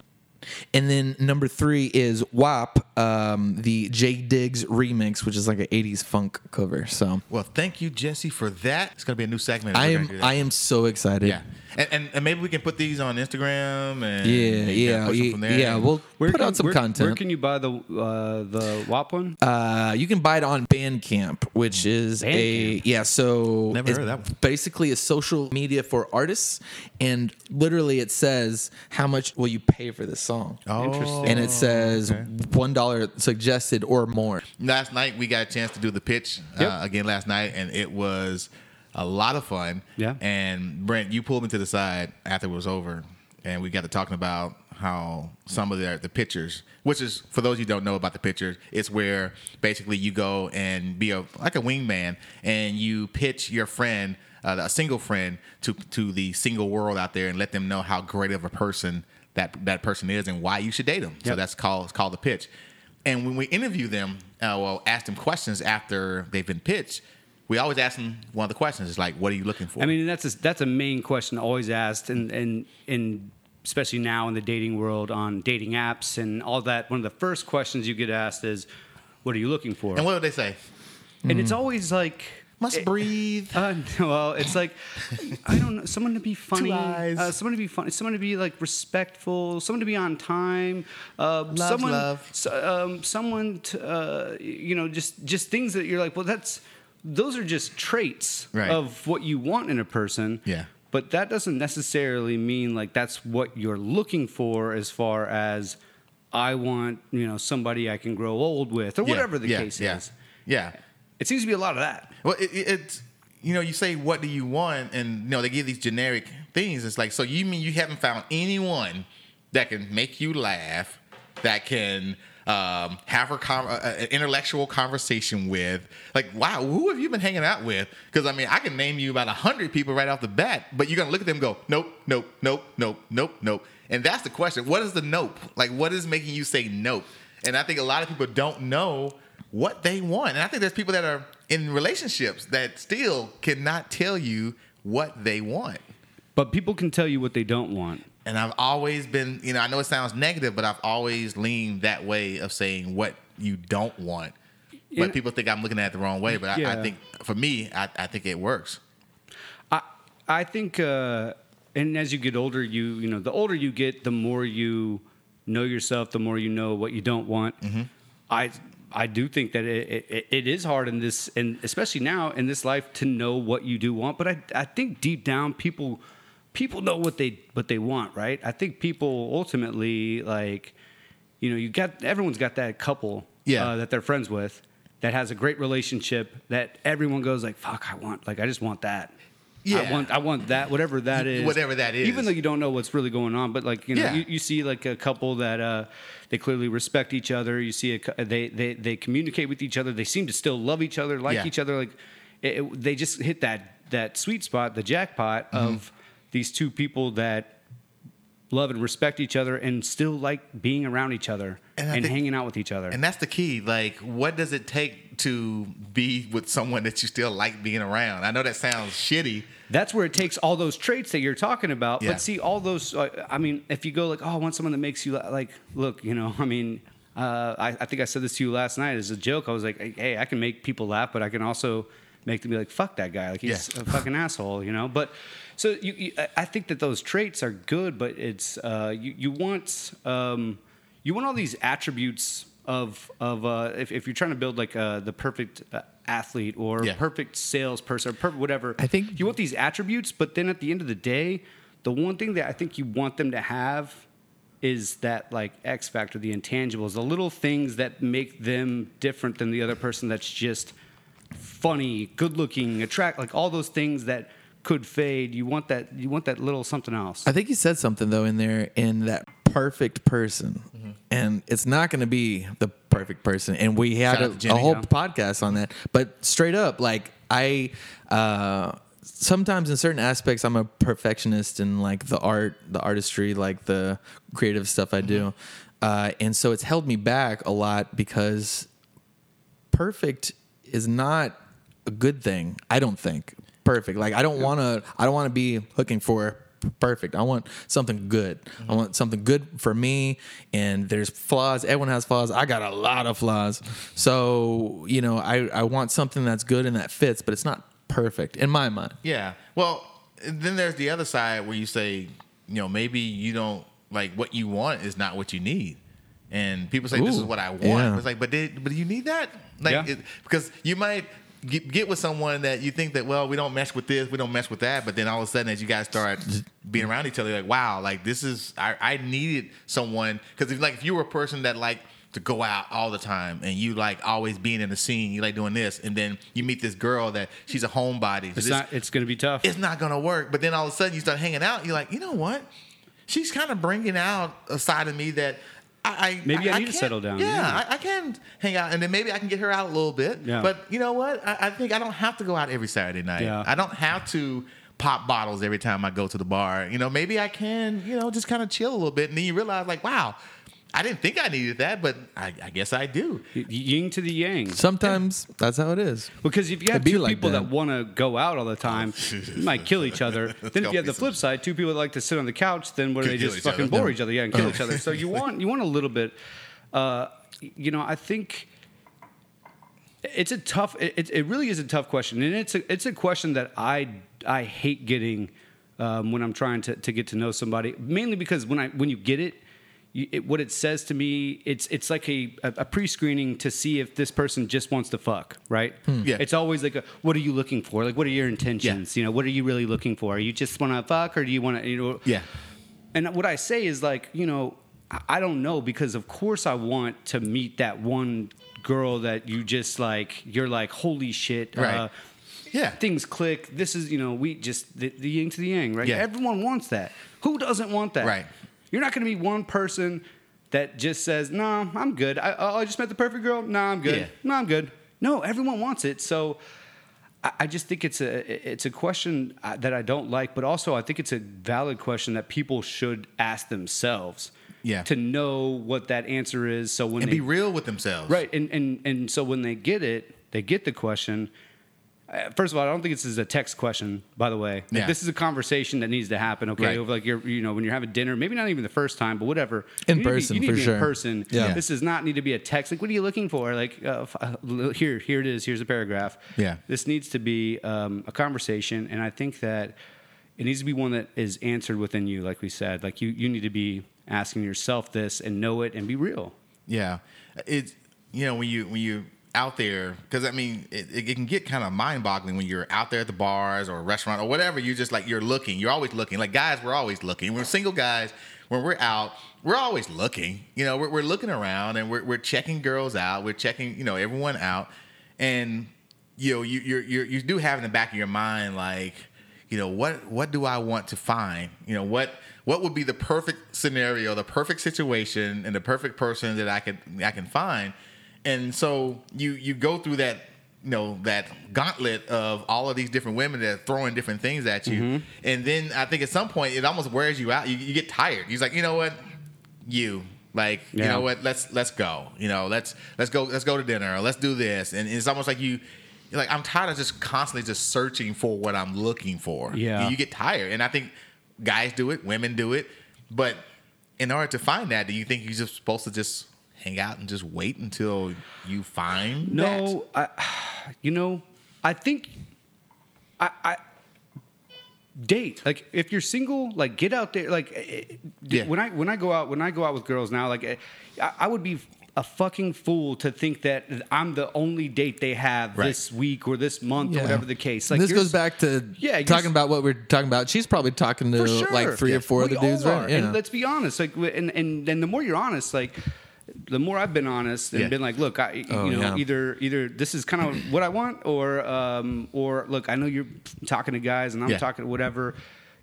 Speaker 3: And then number three is WAP, um, the J Diggs remix, which is like an '80s funk cover. So
Speaker 2: Well, thank you, Jesse, for that. It's gonna be a new segment.
Speaker 3: I
Speaker 2: We're gonna do
Speaker 3: am
Speaker 2: that.
Speaker 3: I am so excited.
Speaker 2: Yeah, and, and and maybe we can put these on Instagram and
Speaker 3: yeah,
Speaker 2: and
Speaker 3: yeah,
Speaker 2: push them
Speaker 3: yeah.
Speaker 2: from there.
Speaker 3: yeah, We'll put
Speaker 1: can-
Speaker 3: out some
Speaker 1: where-
Speaker 3: content.
Speaker 1: Where can you buy the uh, the WAP one?
Speaker 3: Uh, you can buy it on Bandcamp, which is a yeah. So
Speaker 2: Never
Speaker 3: it's
Speaker 2: heard of that one.
Speaker 3: Basically, a social media for artists, and literally it says how much will you pay for this song,
Speaker 2: Oh,
Speaker 1: Interesting.
Speaker 3: and it says one dollar suggested or more.
Speaker 2: last night we got a chance to do the pitch uh,
Speaker 1: Yep.
Speaker 2: again last night, and it was a lot of fun.
Speaker 1: Yeah.
Speaker 2: And Brent, you pulled me to the side after it was over, and we got to talking about how some of the the pictures, which is for those you don't know about the pictures, it's where basically you go and be a like a wingman, and you pitch your friend. Uh, a single friend to to the single world out there, and let them know how great of a person that that person is, and why you should date them. So
Speaker 1: Yep.
Speaker 2: that's called it's called the pitch. And when we interview them, uh, well, ask them questions after they've been pitched, we always ask them one of the questions. It's like, what are you looking for?
Speaker 1: I mean, that's a, that's a main question always asked, and and and especially now in the dating world on dating apps and all that. One of the first questions you get asked is, "What are you looking for?"
Speaker 2: and what would they say?
Speaker 1: And it's
Speaker 3: Hmm.
Speaker 1: always like.
Speaker 2: Must
Speaker 1: it-
Speaker 2: breathe.
Speaker 1: Uh, well, it's like I don't know. Someone to be funny.
Speaker 2: eyes.
Speaker 1: Uh, someone to be funny. Someone to be like respectful. Someone to be on time. Uh,
Speaker 2: Love,
Speaker 1: someone,
Speaker 2: love.
Speaker 1: so- um, someone. To, uh, you know, just just things that you're like. Well, that's those are just traits
Speaker 2: Right.
Speaker 1: of what you want in a person.
Speaker 2: Yeah.
Speaker 1: But that doesn't necessarily mean like that's what you're looking for as far as I want. You know, somebody I can grow old with or
Speaker 2: Yeah,
Speaker 1: whatever the
Speaker 2: yeah,
Speaker 1: case
Speaker 2: yeah,
Speaker 1: is.
Speaker 2: Yeah.
Speaker 1: It seems to be a lot of that.
Speaker 2: Well, it, it, it's you know, you say what do you want, and you know they give these generic things. It's like so you mean you haven't found anyone that can make you laugh, that can um, have a con- uh, an intellectual conversation with. Like, wow, who have you been hanging out with? Because I mean, I can name you about a hundred people right off the bat, but you're gonna look at them and go, nope, nope, nope, nope, nope, nope. And that's the question. What is the nope? Like, what is making you say nope? And I think a lot of people don't know what they want. And I think there's people that are in relationships that still cannot tell you what they want.
Speaker 1: But people can tell you what they don't want.
Speaker 2: And I've always been, you know, I know it sounds negative, but I've always leaned that way of saying what you don't want.
Speaker 1: You
Speaker 2: But
Speaker 1: know-
Speaker 2: people think I'm looking at it the wrong way. But I, I
Speaker 1: Yeah.
Speaker 2: think for me, I, I think it works.
Speaker 1: I I think uh, and as you get older, you you know the older you get, the more you know yourself, the more you know what you don't want. I I do think that it, it, it is hard in this, and especially now in this life, to know what you do want. But I I think deep down, people people know what they what they want, right? I think people ultimately like you know you got everyone's got that couple
Speaker 2: Yeah.
Speaker 1: uh, that they're friends with that has a great relationship that everyone goes like fuck I want like I just want that
Speaker 2: Yeah.
Speaker 1: I want I want that whatever that is
Speaker 2: Whatever that is.
Speaker 1: even though you don't know what's really going on but like you know
Speaker 2: Yeah.
Speaker 1: you, you see like a couple that uh, they clearly respect each other you see a, cou- they they they communicate with each other they seem to still love each other like
Speaker 2: Yeah.
Speaker 1: each other like it, it- they just hit that that sweet spot the jackpot
Speaker 2: Mm-hmm.
Speaker 1: of these two people that love and respect each other and still like being around each other
Speaker 2: And
Speaker 1: and,
Speaker 2: I think-
Speaker 1: hanging out with each other
Speaker 2: And that's the key. Like, what does it take to be with someone that you still like being around? I know that sounds shitty.
Speaker 1: That's where it takes all those traits that you're talking about.
Speaker 2: Yeah.
Speaker 1: But see, all those. Uh, I mean, if you go like, oh, I want someone that makes you la- like, look, you know, I mean, uh, I, I think I said this to you last night as a joke. I was like, hey, I can make people laugh, but I can also make them be like, fuck that guy, like he's
Speaker 2: Yeah.
Speaker 1: a fucking asshole, you know. But so you, you, I- I think that those traits are good, but it's uh, you, you want um, you want all these attributes of of uh, if, if you're trying to build like uh, the perfect. Uh, athlete or
Speaker 2: Yeah.
Speaker 1: perfect salesperson or perfect whatever
Speaker 3: I think-
Speaker 1: you want these attributes, but then at the end of the day, the one thing that I think you want them to have is that like X factor, the intangibles, the little things that make them different than the other person that's just funny, good looking, attract like all those things that could fade. You want that you want that little something else.
Speaker 3: I think you said something though in there in that perfect person,
Speaker 2: Mm-hmm.
Speaker 3: and it's not going to be the perfect person. And we had
Speaker 2: Shout out
Speaker 3: a,
Speaker 2: to Jenny,
Speaker 3: a whole
Speaker 1: yeah.
Speaker 3: podcast on that, but straight up, like I. Uh, Sometimes in certain aspects, I'm a perfectionist in like the art, the artistry, like the creative stuff I
Speaker 2: Mm-hmm.
Speaker 3: do, uh, and so it's held me back a lot because perfect is not a good thing. I don't think perfect. Like I don't want to. I don't want to be looking for perfect. I want something good.
Speaker 1: Mm-hmm.
Speaker 3: I want something good for me. And there's flaws. Everyone has flaws. I got a lot of flaws. So you know, I I want something that's good and that fits, but it's not perfect in my mind.
Speaker 2: Yeah. Well, then there's the other side where you say, you know, maybe you don't like what you want is not what you need. And people say this
Speaker 3: Ooh,
Speaker 2: is what I want.
Speaker 3: yeah.
Speaker 2: It's like, but did, but do you need that? Like,
Speaker 1: Yeah.
Speaker 2: it, because you might get, get with someone that you think that well, we don't mesh with this, we don't mesh with that, but then all of a sudden, as you guys start being around each other, you're like, wow, like this is I, I needed someone because if like if you were a person that like to go out all the time and you like always being in the scene, you like doing this, and then you meet this girl that she's a homebody,
Speaker 1: it's
Speaker 2: this-
Speaker 1: not it's gonna be tough.
Speaker 2: it's not gonna work. But then all of a sudden you start hanging out. You're like, you know what? She's kind of bringing out a side of me that I, I
Speaker 1: Maybe I need to
Speaker 2: can't-
Speaker 1: settle down,
Speaker 2: Yeah,
Speaker 1: yeah.
Speaker 2: I, I can hang out, and then maybe I can get her out a little bit.
Speaker 1: Yeah.
Speaker 2: But you know what? I, I think I don't have to go out every Saturday night.
Speaker 1: Yeah.
Speaker 2: I don't have to pop bottles every time I go to the bar. You know, maybe I can, you know, just kind of chill a little bit, and then you realize, like, wow, I didn't think I needed that, but I, I guess I do.
Speaker 1: Y- Yin to the yang.
Speaker 3: Sometimes that's how it is.
Speaker 1: Because if you have
Speaker 3: It'd be
Speaker 1: two
Speaker 3: like
Speaker 1: people
Speaker 3: that.
Speaker 1: that, want to go out all the time, you might kill each other. Then if
Speaker 2: Help
Speaker 1: you have
Speaker 2: me
Speaker 1: the flip side, two people that like to sit on the couch, then what do
Speaker 2: Could
Speaker 1: they
Speaker 2: kill
Speaker 1: just
Speaker 2: each other.
Speaker 1: fucking bore each other? Yeah, and kill each other. So you want you want a little bit. Uh, you know, I think it's a tough. It, it really is a tough question, and it's a it's a question that I I hate getting um, when I'm trying to, to get to know somebody. Mainly because when I when you get it, you, it what it says to me, it's it's like a a, a pre screening to see if this person just wants to fuck, right?
Speaker 2: Yeah.
Speaker 1: It's always like, a, what are you looking for? Like, what are your intentions? You know, what are you really looking for? You just want to fuck, or do you want to you know?
Speaker 2: Yeah.
Speaker 1: And what I say is like, you know, I- I don't know because of course I want to meet that one girl that you just like, you're like, holy shit. uh,
Speaker 2: Right. Yeah.
Speaker 1: Things click. This is, you know, we just, the, the yin to the yang, right?
Speaker 2: Yeah.
Speaker 1: Everyone wants that. Who doesn't want that?
Speaker 2: Right.
Speaker 1: You're not going to be one person that just says, no, I'm good. I, oh, I just met the perfect girl. No, I'm good.
Speaker 2: Yeah.
Speaker 1: No, I'm good. No, everyone wants it. So, I- I just think it's a it's a question uh, that I don't like, but also I think it's a valid question that people should ask themselves.
Speaker 2: Yeah.
Speaker 1: To know what that answer is, so when
Speaker 2: and
Speaker 1: they
Speaker 2: be real with themselves.
Speaker 1: right and and and so when they get it, they get the question. uh, First of all, I don't think this is a text question. By the way, Like,
Speaker 2: Yeah.
Speaker 1: this is a conversation that needs to happen. Okay,
Speaker 2: Right.
Speaker 1: Of, like you're, you know, when you're having dinner, maybe not even the first time, but whatever.
Speaker 3: In
Speaker 1: You need to be-
Speaker 3: person,
Speaker 1: you need
Speaker 3: for
Speaker 1: to be
Speaker 3: sure.
Speaker 1: In person,
Speaker 3: Yeah.
Speaker 1: This does not need to be a text. Like, what are you looking for? Like, uh, f- uh, here, here it is. Here's a paragraph.
Speaker 2: Yeah.
Speaker 1: This needs to be um, a conversation, and I think that it needs to be one that is answered within you. Like we said, like you, you need to be asking yourself this and know it and be real.
Speaker 2: Yeah, it's you know when you when you out there because I mean it, it, it can get kind of mind boggling when you're out there at the bars or restaurant or whatever. You just like you're looking. You're always looking. Like guys, we're always looking. We're single guys. When we're out, we're always looking. You know, we're, we're looking around and we're, we're checking girls out. We're checking you know everyone out, and you know you you you you do have in the back of your mind like you know what what do I want to find? You know what what would be the perfect scenario, the perfect situation, and the perfect person that I could I can find. And so you you go through that you know that gauntlet of all of these different women that are throwing different things at you, and then I think at some point it almost wears you out. You, you get tired. He's like, you know what, you like you
Speaker 1: Yeah.
Speaker 2: know what let's let's go you know let's let's go let's go to dinner or let's do this and it's almost like you you're like i'm tired of just constantly just searching for what i'm looking for
Speaker 1: Yeah.
Speaker 2: you, you get tired and i think guys do it women do it but in order to find that do you think you're just supposed to just hang out and just wait until you find that?
Speaker 1: No, I, you know, I think I, I date like if you're single, like get out there. Like eh, eh,
Speaker 2: Yeah.
Speaker 1: when I when I go out when I go out with girls now, like eh, I, I would be a fucking fool to think that I'm the only date they have
Speaker 2: Right.
Speaker 1: this week or this month or
Speaker 3: Yeah.
Speaker 1: whatever the case. Like
Speaker 3: this
Speaker 1: you're
Speaker 3: goes
Speaker 1: s-
Speaker 3: back to
Speaker 1: Yeah, you're
Speaker 3: talking
Speaker 1: s-
Speaker 3: about what we're talking about. She's probably talking to
Speaker 1: For sure.
Speaker 3: like three or
Speaker 1: Yes.
Speaker 3: four
Speaker 1: We
Speaker 3: other dudes,
Speaker 1: are.
Speaker 3: right? Yeah.
Speaker 1: And let's be honest, like, w- and and and the more you're honest, like. The more I've been honest and
Speaker 2: Yeah.
Speaker 1: been like, look, I,
Speaker 3: Oh,
Speaker 1: you know,
Speaker 3: yeah.
Speaker 1: either either this is kind of what I want, or um, or look, I know you're talking to guys and I'm
Speaker 2: Yeah.
Speaker 1: talking to whatever.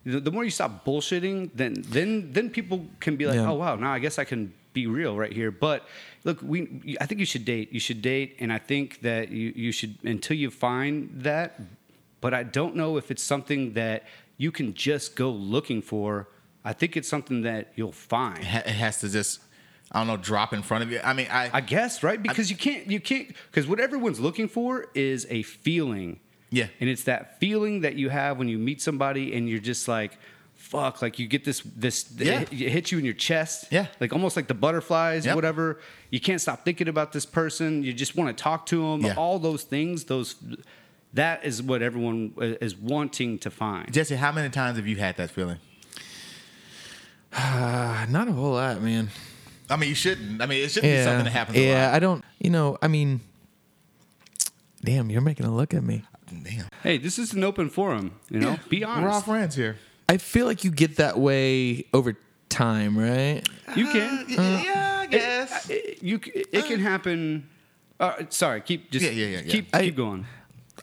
Speaker 1: The, the more you stop bullshitting, then then then people can be like,
Speaker 3: Yeah.
Speaker 1: oh wow, now I guess I can be real right here. But look, we, I think you should date. You should date, and I think that you you should until you find that but I don't know if it's something that you can just go looking for. I think it's something that you'll find.
Speaker 2: Ha- it has to just i don't know drop in front of you i mean i,
Speaker 1: I guess, right? Because you can't you can't because what everyone's looking for is a feeling.
Speaker 2: Yeah.
Speaker 1: And it's that feeling that you have when you meet somebody and you're just like fuck like you get this this
Speaker 2: Yeah.
Speaker 1: it, it hits you in your chest
Speaker 2: Yeah.
Speaker 1: like almost like the butterflies
Speaker 2: Yep.
Speaker 1: whatever you can't stop thinking about this person you just want to talk to them
Speaker 2: Yeah.
Speaker 1: all those things those that is what everyone uh, is wanting to find
Speaker 2: jesse how many times have you had that feeling
Speaker 3: Uh, not a whole lot, man.
Speaker 2: i mean you shouldn't i mean it shouldn't be something that happens
Speaker 3: yeah,
Speaker 2: a lot
Speaker 3: I don't. You know, I mean, damn, you're making a look at me.
Speaker 2: damn
Speaker 1: Hey, this is an open forum. You know, be
Speaker 2: we're all
Speaker 1: honest.
Speaker 2: friends here
Speaker 3: I feel like you get that way over time, right?
Speaker 1: You can.
Speaker 2: yeah, I guess.
Speaker 1: Uh, It, you. c- It can happen. Uh, sorry. Keep just.
Speaker 2: Yeah, yeah, yeah, yeah.
Speaker 1: Keep
Speaker 3: I-
Speaker 1: keep going.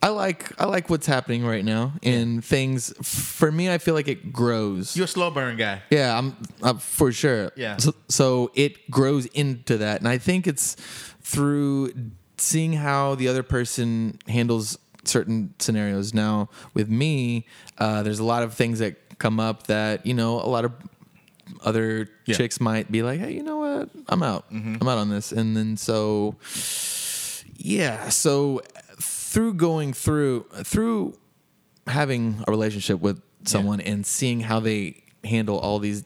Speaker 3: I like I like what's happening right now and things. For me, I feel like it grows.
Speaker 2: You're a slow burn guy.
Speaker 3: Yeah, I'm, i for sure.
Speaker 2: Yeah.
Speaker 3: So, so it grows into that, and I think it's through seeing how the other person handles certain scenarios. Now, with me, uh, there's a lot of things that come up that you know a lot of other
Speaker 2: Yeah. Mm-hmm.
Speaker 3: chicks might be like, hey, you know what? I'm out. I'm out on this, and then so yeah. So through going through through having a relationship with someone and seeing how they handle all these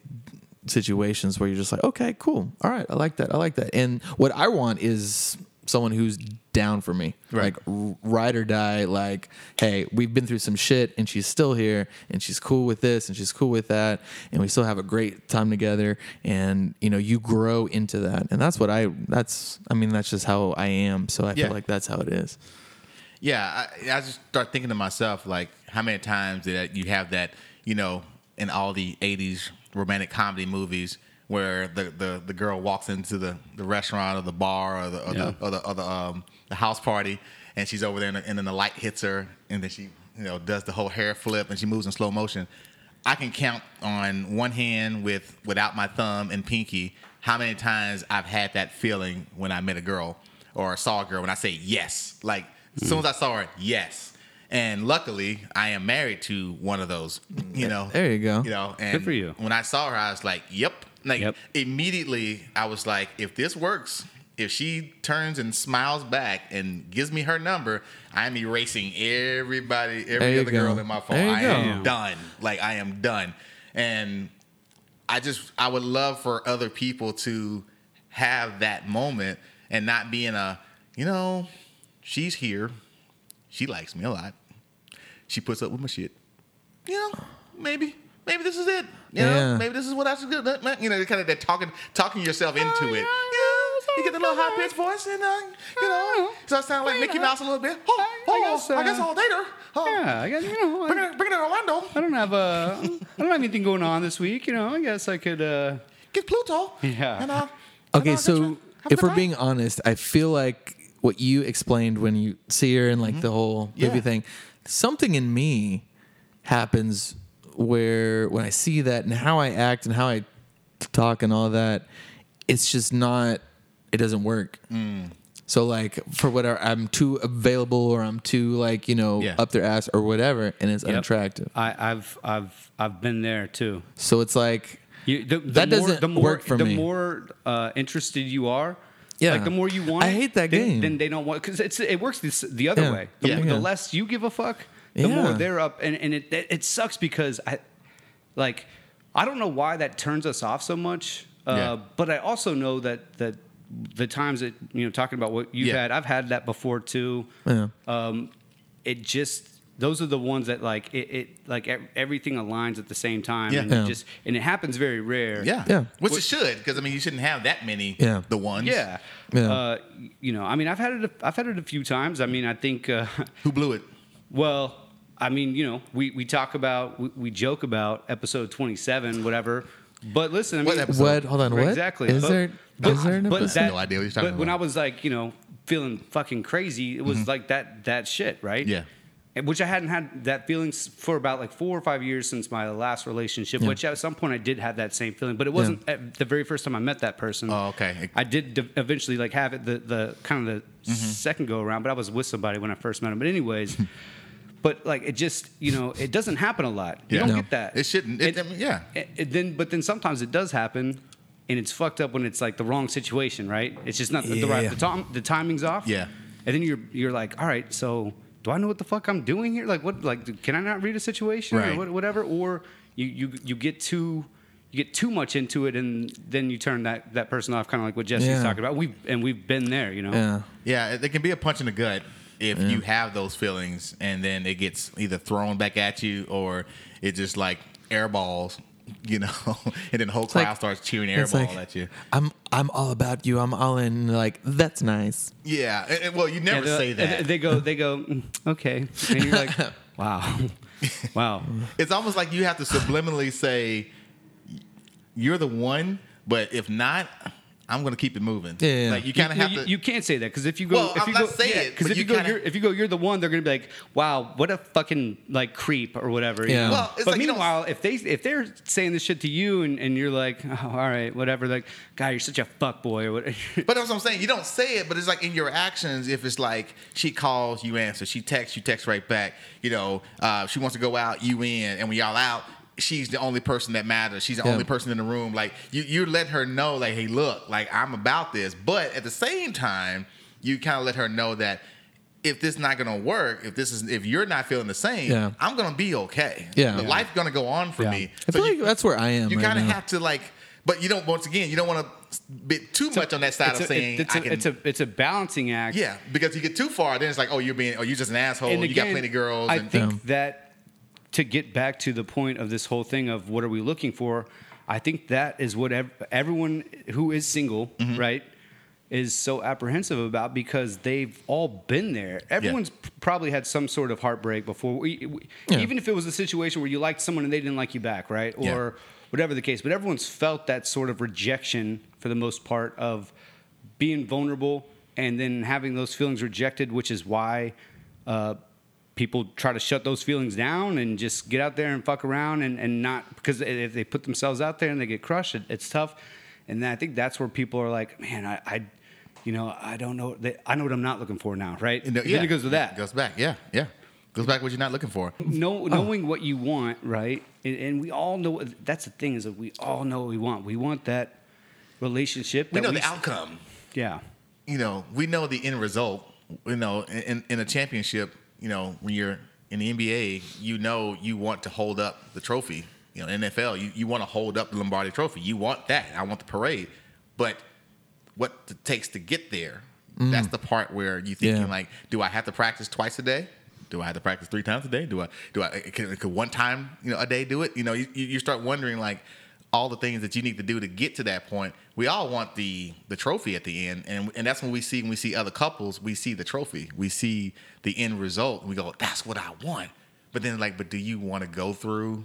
Speaker 3: situations where you're just like, okay, cool. All right, I like that. I like that. And what I want is someone who's down for me.
Speaker 2: Right.
Speaker 3: Like r- ride or die like, hey, we've been through some shit and she's still here and she's cool with this and she's cool with that and we still have a great time together and you know, you grow into that. And that's what I that's I mean, that's just how I am. So I
Speaker 2: Yeah.
Speaker 3: feel like that's how it is.
Speaker 2: Yeah, I, I just start thinking to myself like, how many times did you have that? You know, in all the '80s romantic comedy movies, where the, the, the girl walks into the, the restaurant or the bar or the or, the, or, the, or the um the house party, and she's over there, and, and then the light hits her, and then she you know does the whole hair flip, and she moves in slow motion. I can count on one hand with without my thumb and pinky how many times I've had that feeling when I met a girl or saw a girl when I say yes. Like as soon as I saw her, yes. And luckily, I am married to one of those. You know,
Speaker 3: There you go.
Speaker 2: You know, and
Speaker 1: for you.
Speaker 2: When I saw her, I was like, "Yep." Like
Speaker 1: Yep.
Speaker 2: immediately, I was like, "If this works, If she turns and smiles back and gives me her number, I'm erasing everybody,
Speaker 3: There
Speaker 2: every
Speaker 3: you
Speaker 2: other girl
Speaker 3: go.
Speaker 2: in my phone.
Speaker 3: There you
Speaker 2: I
Speaker 3: go.
Speaker 2: am done. Like I am done. And I just I would love for other people to have that moment and not be in a, you know, she's here. She likes me a lot. She puts up with my shit. You know, maybe. Maybe this is it. You know,
Speaker 3: Yeah.
Speaker 2: maybe this is what I should do. That- that- You know, kind of that talking, talking yourself
Speaker 1: Oh,
Speaker 2: into it. Yeah, you get the little high pitched voice, and uh, you know, so I sound like Mickey Mouse a little bit. Oh,
Speaker 1: Oh, I
Speaker 2: oh, I
Speaker 1: guess,
Speaker 2: guess,
Speaker 1: uh,
Speaker 2: I'll date her. Oh,
Speaker 1: Yeah, I guess you know.
Speaker 2: bring
Speaker 1: I,
Speaker 2: her, bring her to Orlando.
Speaker 1: I don't have a, I don't have anything going on this week. You know, I guess I could. Uh,
Speaker 2: Get Pluto.
Speaker 1: Yeah.
Speaker 2: And, uh, and, uh,
Speaker 3: Okay,
Speaker 2: get
Speaker 3: so
Speaker 2: you- have a
Speaker 3: if
Speaker 2: good
Speaker 3: we're
Speaker 2: time.
Speaker 3: being honest, I feel like what you explained when you see her and like the whole movie
Speaker 2: Mm-hmm. Yeah.
Speaker 3: thing, something in me happens where when I see that and how I act and how I talk and all that, it's just not, it doesn't work.
Speaker 2: Mm.
Speaker 3: So like for whatever, I'm too available or I'm too like you know
Speaker 2: Yeah.
Speaker 3: up their ass or whatever, and it's unattractive.
Speaker 1: I, I've I've I've been there too.
Speaker 3: So it's like
Speaker 1: You, the, the
Speaker 3: That
Speaker 1: more,
Speaker 3: doesn't
Speaker 1: the more,
Speaker 3: work for
Speaker 1: the
Speaker 3: me.
Speaker 1: more uh, interested you are,
Speaker 3: Yeah.
Speaker 1: like the more you want.
Speaker 3: I
Speaker 1: it,
Speaker 3: hate that
Speaker 1: then,
Speaker 3: game.
Speaker 1: Then they don't want because it's it works this, the other
Speaker 3: Yeah.
Speaker 1: way. The,
Speaker 3: Yeah.
Speaker 1: more-
Speaker 3: Yeah.
Speaker 1: the less you give a fuck, the more
Speaker 3: Yeah.
Speaker 1: they're up, and and it, it it sucks because I like I don't know why that turns us off so much, uh,
Speaker 2: Yeah.
Speaker 1: but I also know that that the times that you know talking about what you've
Speaker 2: Yeah.
Speaker 1: had, I've had that before too.
Speaker 3: Yeah.
Speaker 1: Um, it just those are the ones that like it, it like ev- everything aligns at the same time
Speaker 2: Yeah.
Speaker 1: and it
Speaker 3: Yeah.
Speaker 1: just and it happens very rare
Speaker 2: Yeah.
Speaker 3: Yeah.
Speaker 2: Which it should, because I mean, you shouldn't have that many.
Speaker 3: Yeah.
Speaker 2: The ones.
Speaker 1: yeah,
Speaker 3: Yeah.
Speaker 1: Uh, you know i mean i've had it a, i've had it a few times i mean i think uh,
Speaker 2: Who blew it?
Speaker 1: well i mean you know we we talk about we, we joke about episode 27 whatever but listen i mean
Speaker 2: What episode?
Speaker 3: what? Hold on, what
Speaker 1: exactly
Speaker 3: is
Speaker 1: but,
Speaker 3: there?
Speaker 1: but,
Speaker 3: is there an
Speaker 1: but
Speaker 3: episode?
Speaker 1: that-
Speaker 2: no idea what he's talking
Speaker 1: but when i
Speaker 2: about.
Speaker 1: was
Speaker 2: Mm-hmm.
Speaker 1: like you know feeling fucking crazy it was like that that shit right
Speaker 2: Yeah.
Speaker 1: And- which I hadn't had that feeling s- for about like four or five years since my last relationship.
Speaker 3: Yeah.
Speaker 1: Which at some point I did have that same feeling, but it wasn't at the very first time I met that person.
Speaker 2: Oh, okay. Mm-hmm.
Speaker 1: I did de- eventually like have it the the kind of the second go around, but I was with somebody when I first met him. But anyways. But like it just you know it doesn't happen a lot. You
Speaker 2: Yeah.
Speaker 1: don't
Speaker 2: No.
Speaker 1: get that.
Speaker 2: It shouldn't. It- I mean, yeah.
Speaker 1: it- it then but then sometimes it does happen, and it's fucked up when it's like the wrong situation, right? It's just not the, the right
Speaker 3: Yeah.
Speaker 1: the time the timing's off.
Speaker 2: Yeah.
Speaker 1: And then you're you're like, all right, so do I know what the fuck I'm doing here? Like what like can I not read a situation or
Speaker 2: Right.
Speaker 1: what, whatever? Or you you you get too you get too much into it and then you turn that that person off, kind of like what Jesse's
Speaker 3: Yeah.
Speaker 1: talking about. We have and we've been there, you know.
Speaker 3: yeah.
Speaker 2: Yeah. It, it can be a punch in the gut if you have those feelings, and then it gets either thrown back at you or it just like airballs. You know, and then the whole crowd
Speaker 3: like-
Speaker 2: starts cheering
Speaker 3: It's
Speaker 2: airball
Speaker 3: like,
Speaker 2: at you.
Speaker 3: I'm I'm all about you. I'm all in. Like that's nice.
Speaker 2: Yeah. and- and- well, you never
Speaker 1: they're-
Speaker 2: say that.
Speaker 1: and uh, They go, they go, "Mm, okay, and you're like, wow, wow,
Speaker 2: it's almost like you have to subliminally say you're the one, but if not, I'm gonna keep it moving.
Speaker 3: Yeah, yeah, yeah.
Speaker 2: Like you kind of
Speaker 1: You-
Speaker 2: have
Speaker 1: you,
Speaker 2: to.
Speaker 1: you can't say that because if you go,
Speaker 2: Well,
Speaker 1: if
Speaker 2: I'm
Speaker 1: you
Speaker 2: not
Speaker 1: go,
Speaker 2: saying it,
Speaker 1: because
Speaker 2: but
Speaker 1: if you,
Speaker 2: you
Speaker 1: go,
Speaker 2: kinda-
Speaker 1: you're, if you go, you're the one. They're gonna be like, wow, what a fucking like creep or whatever. you
Speaker 3: Yeah.
Speaker 1: know?
Speaker 2: Well, it's
Speaker 1: but
Speaker 2: like you don't-
Speaker 1: meanwhile, if they if they're saying this shit to you and, and you're like, oh, all right, whatever, like, God, you're such a fuck boy or whatever.
Speaker 2: But that's what I'm saying. You don't say it, but it's like in your actions. If it's like she calls, you answer. She texts, you text right back. You know, uh, she wants to go out, you in. And when y'all out, she's the only person that matters. She's the
Speaker 3: Yeah.
Speaker 2: only person in the room. Like you, you let her know, like, hey, look, like I'm about this. But at the same time, you kind of let her know that if this not gonna work, if this is if you're not feeling the same,
Speaker 3: Yeah.
Speaker 2: I'm gonna be okay.
Speaker 3: Yeah.
Speaker 2: the life's gonna go on for
Speaker 1: Yeah.
Speaker 2: me.
Speaker 3: I
Speaker 2: So
Speaker 3: feel
Speaker 2: you-
Speaker 3: like that's where I am.
Speaker 2: you
Speaker 3: right
Speaker 2: kind of
Speaker 3: now.
Speaker 2: have to like, but you don't. Once again, you don't want to bit too much on that side
Speaker 1: it's
Speaker 2: of
Speaker 1: a,
Speaker 2: saying
Speaker 1: it's,
Speaker 2: I
Speaker 1: a,
Speaker 2: can.
Speaker 1: it's a it's a balancing act.
Speaker 2: yeah, because you get too far, then it's like, oh, you're being, oh, you're just an asshole.
Speaker 1: And
Speaker 2: you got
Speaker 1: again,
Speaker 2: plenty of girls.
Speaker 1: I
Speaker 2: and,
Speaker 1: think
Speaker 3: Yeah.
Speaker 1: that to get back to the point of this whole thing of what are we looking for, I think that is what ev- everyone who is single,
Speaker 2: Mm-hmm.
Speaker 1: right, is so apprehensive about because they've all been there. Everyone's p- probably had some sort of heartbreak before, we, we-
Speaker 3: Yeah.
Speaker 1: even if it was a situation where you liked someone and they didn't like you back, right, or
Speaker 2: Yeah.
Speaker 1: whatever the case. But everyone's felt that sort of rejection for the most part of being vulnerable and then having those feelings rejected, which is why uh, people try to shut those feelings down and just get out there and fuck around and, and not because if they put themselves out there and they get crushed, it, it's tough. And I think that's where people are like, man, I. I you know, I don't know. They, I know what I'm not looking for now, right?
Speaker 2: you know,
Speaker 1: And then it goes with that
Speaker 2: Goes back. Yeah, yeah. Goes back. What you're not looking for.
Speaker 1: know, knowing what you want, right? And, and we all know that's the thing is that we all know what we want. We want that relationship.
Speaker 2: We
Speaker 1: that
Speaker 2: know the
Speaker 1: s-
Speaker 2: outcome.
Speaker 1: Yeah.
Speaker 2: you know, we know the end result. You know, in, in a championship, you know, when you're in the NBA, you know you want to hold up the trophy. You know, NFL, you, you want to hold up the Lombardi trophy. You want that. I want the parade. But what it takes to get there, that's the part where you thinking
Speaker 3: Yeah.
Speaker 2: like, do I have to practice twice a day? Do I have to practice three times a day? Do I do I can, can one time you know a day do it? You know, you, you start wondering like all the things that you need to do to get to that point. We all want the the trophy at the end, and and that's when we see when we see other couples, we see the trophy, we see the end result, and we go, that's what I want. But then like, but do you want to go through?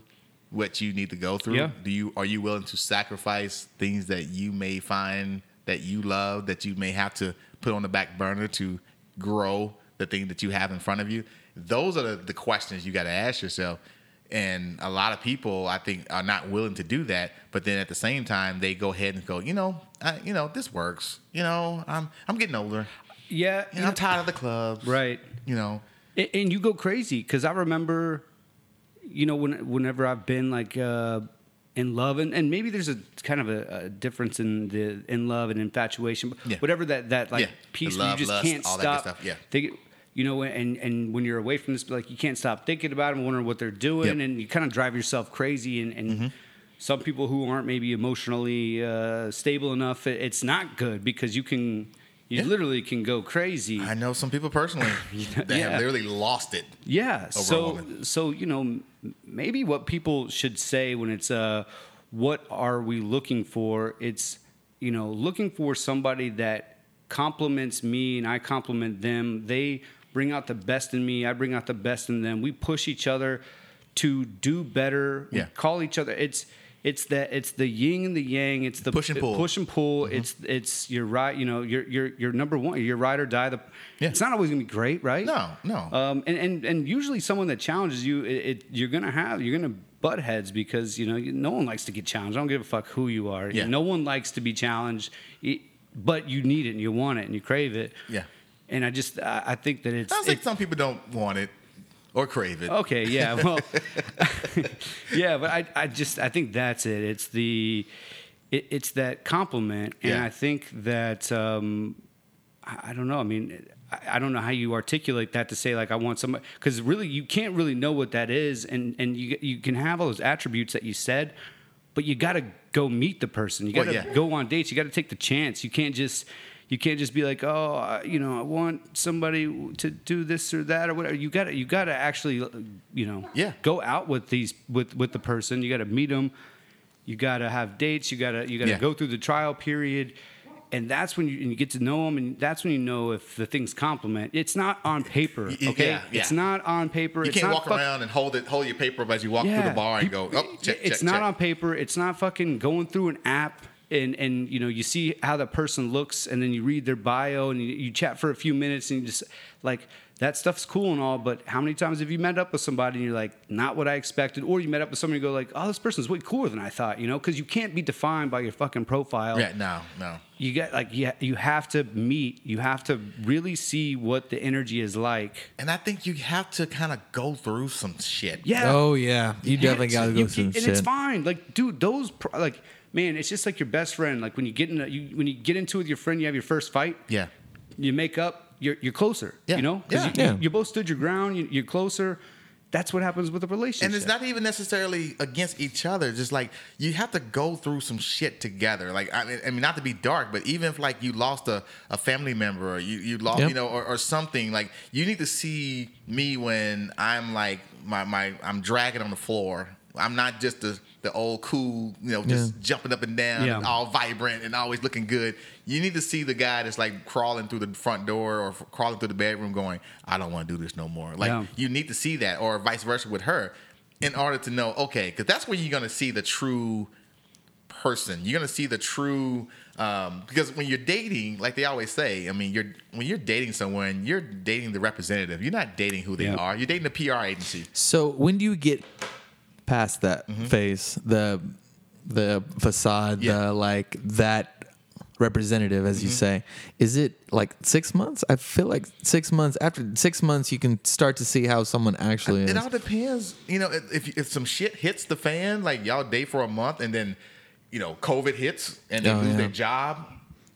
Speaker 2: What you need to go through?
Speaker 1: Yeah.
Speaker 2: Do you are you willing to sacrifice things that you may find that you love that you may have to put on the back burner to grow the thing that you have in front of you? Those are the, the questions you got to ask yourself. And a lot of people, I think, are not willing to do that. But then at the same time, they go ahead and go, you know, I, you know, this works. You know, I'm I'm getting older.
Speaker 1: Yeah,
Speaker 2: You know, I'm tired of the clubs.
Speaker 1: right.
Speaker 2: You know.
Speaker 1: And, and you go crazy because I remember, you know, when whenever I've been like uh, in love, and, and maybe there's a kind of a, a difference in the in love and infatuation, but
Speaker 2: Yeah.
Speaker 1: whatever that that like
Speaker 2: Yeah.
Speaker 1: piece
Speaker 2: The
Speaker 1: where
Speaker 2: love,
Speaker 1: you just
Speaker 2: lust,
Speaker 1: can't
Speaker 2: all that good
Speaker 1: stop.
Speaker 2: stuff, yeah.
Speaker 1: thinking- you know, and and when you're away from this, like you can't stop thinking about them, wondering what they're doing,
Speaker 2: Yep. Mm-hmm.
Speaker 1: and you kind of drive yourself crazy. And, and some people who aren't maybe emotionally uh, stable enough, it, it's not good because you can. You
Speaker 2: Yeah.
Speaker 1: literally can go crazy.
Speaker 2: I know some people personally that
Speaker 1: Yeah.
Speaker 2: have literally lost it.
Speaker 1: Yeah.
Speaker 2: a
Speaker 1: So
Speaker 2: woman.
Speaker 1: so you know m- maybe what people should say when it's uh what are we looking for? It's you know looking for somebody that compliments me and I compliment them. They bring out the best in me. I bring out the best in them. We push each other to do better.
Speaker 2: Yeah.
Speaker 1: We call each other. It's it's that it's the yin and the yang. It's the
Speaker 2: Push and pull. Mm-hmm.
Speaker 1: Push and pull. It's it's your right. You know your your your number one. Your ride or die. The
Speaker 2: Yeah.
Speaker 1: it's not always gonna be great, right?
Speaker 2: No, no.
Speaker 1: Um, and, and and usually someone that challenges you, it, it, you're gonna have you're gonna butt heads because you know you- no one likes to get challenged. I don't give a fuck who you are.
Speaker 2: Yeah.
Speaker 1: No one likes to be challenged, it- but you need it and you want it and you crave it.
Speaker 2: Yeah.
Speaker 1: And I just I, I think that it's,
Speaker 2: Sounds like
Speaker 1: it's-
Speaker 2: some people don't want it or crave it.
Speaker 1: okay. Yeah. Well. yeah, but I I just I think that's it. It's the it, it's that compliment, and
Speaker 2: Yeah.
Speaker 1: I think that um, I, I don't know. I mean, I, I don't know how you articulate that to say like I want somebody because really you can't really know what that is, and and you you can have all those attributes that you said, but you got to go meet the person. You
Speaker 2: Well,
Speaker 1: got to
Speaker 2: yeah.
Speaker 1: go on dates. You got to take the chance. You can't just. You can't just be like, oh, I- you know, I want somebody to do this or that or whatever. You got to, you got to actually, you know,
Speaker 2: Yeah.
Speaker 1: go out with these with with the person you got to meet them you got to have dates you got to you got to
Speaker 2: Yeah.
Speaker 1: go through the trial period and that's when you, and you get to know them and that's when you know if the things complement it's not on paper
Speaker 2: y-
Speaker 1: okay
Speaker 2: yeah, yeah.
Speaker 1: it's not on paper
Speaker 2: You
Speaker 1: it's
Speaker 2: can't
Speaker 1: not
Speaker 2: walk
Speaker 1: fuck-
Speaker 2: around and hold it, hold your paper up as you walk through the bar and go, oh, check,
Speaker 1: it's
Speaker 2: check,
Speaker 1: not
Speaker 2: check.
Speaker 1: on paper. It's not fucking going through an app and and you know you see how the person looks and then you read their bio and you, you chat for a few minutes and you just like that stuff's cool and all, but how many times have you met up with somebody and you're like, not what I expected, or you met up with somebody and go like, oh, this person's way cooler than I thought, you know? Because you can't be defined by your fucking profile
Speaker 2: Yeah, no, no.
Speaker 1: you get like you, you have to meet you have to really see what the energy is like
Speaker 2: And I think you have to kind of go through some shit.
Speaker 1: yeah
Speaker 3: Oh yeah, you definitely
Speaker 1: Yeah,
Speaker 3: got to
Speaker 1: you
Speaker 3: go
Speaker 1: can-
Speaker 3: through
Speaker 1: and
Speaker 3: shit.
Speaker 1: it's fine. Like, dude, those pro- like, man, it's just like your best friend. Like when you get in, a, you, when you get into it with your friend, you have your first fight.
Speaker 2: Yeah.
Speaker 1: you make up. You're you're closer.
Speaker 2: Yeah.
Speaker 1: you know, 'Cause
Speaker 2: Yeah.
Speaker 1: you,
Speaker 3: Yeah.
Speaker 1: you both stood your ground. You, you're closer. That's what happens with a relationship.
Speaker 2: And it's not even necessarily against each other. Just like you have to go through some shit together. Like I mean, I mean not to be dark, but even if like you lost a, a family member, or you you lost,
Speaker 3: Yeah.
Speaker 2: you know, or, or something. Like you need to see me when I'm like my my I'm dragging on the floor. I'm not just the the old cool, you know, just
Speaker 3: Yeah.
Speaker 2: jumping up and down,
Speaker 1: Yeah.
Speaker 2: and all vibrant and always looking good. You need to see the guy that's like crawling through the front door or f- crawling through the bedroom, going, "I don't want to do this no more." Like
Speaker 1: Yeah.
Speaker 2: you need to see that, or vice versa with her, in order to know, okay, because that's where you're gonna see the true person. You're gonna see the true um, because when you're dating, like they always say, I mean, you're when you're dating someone, you're dating the representative. You're not dating who they
Speaker 1: Yeah.
Speaker 2: are. You're dating the PR agency.
Speaker 3: So when do you get past that
Speaker 1: Mm-hmm.
Speaker 3: phase, the the facade,
Speaker 2: Yeah.
Speaker 3: the like that representative, as you
Speaker 1: Mm-hmm.
Speaker 3: say? Is it like six months? I feel like six months after six months, you can start to see how someone actually is.
Speaker 2: It all depends. You know, if if some shit hits the fan, like y'all date for a month and then, you know, COVID hits and they
Speaker 3: Oh,
Speaker 2: lose
Speaker 3: yeah.
Speaker 2: their job.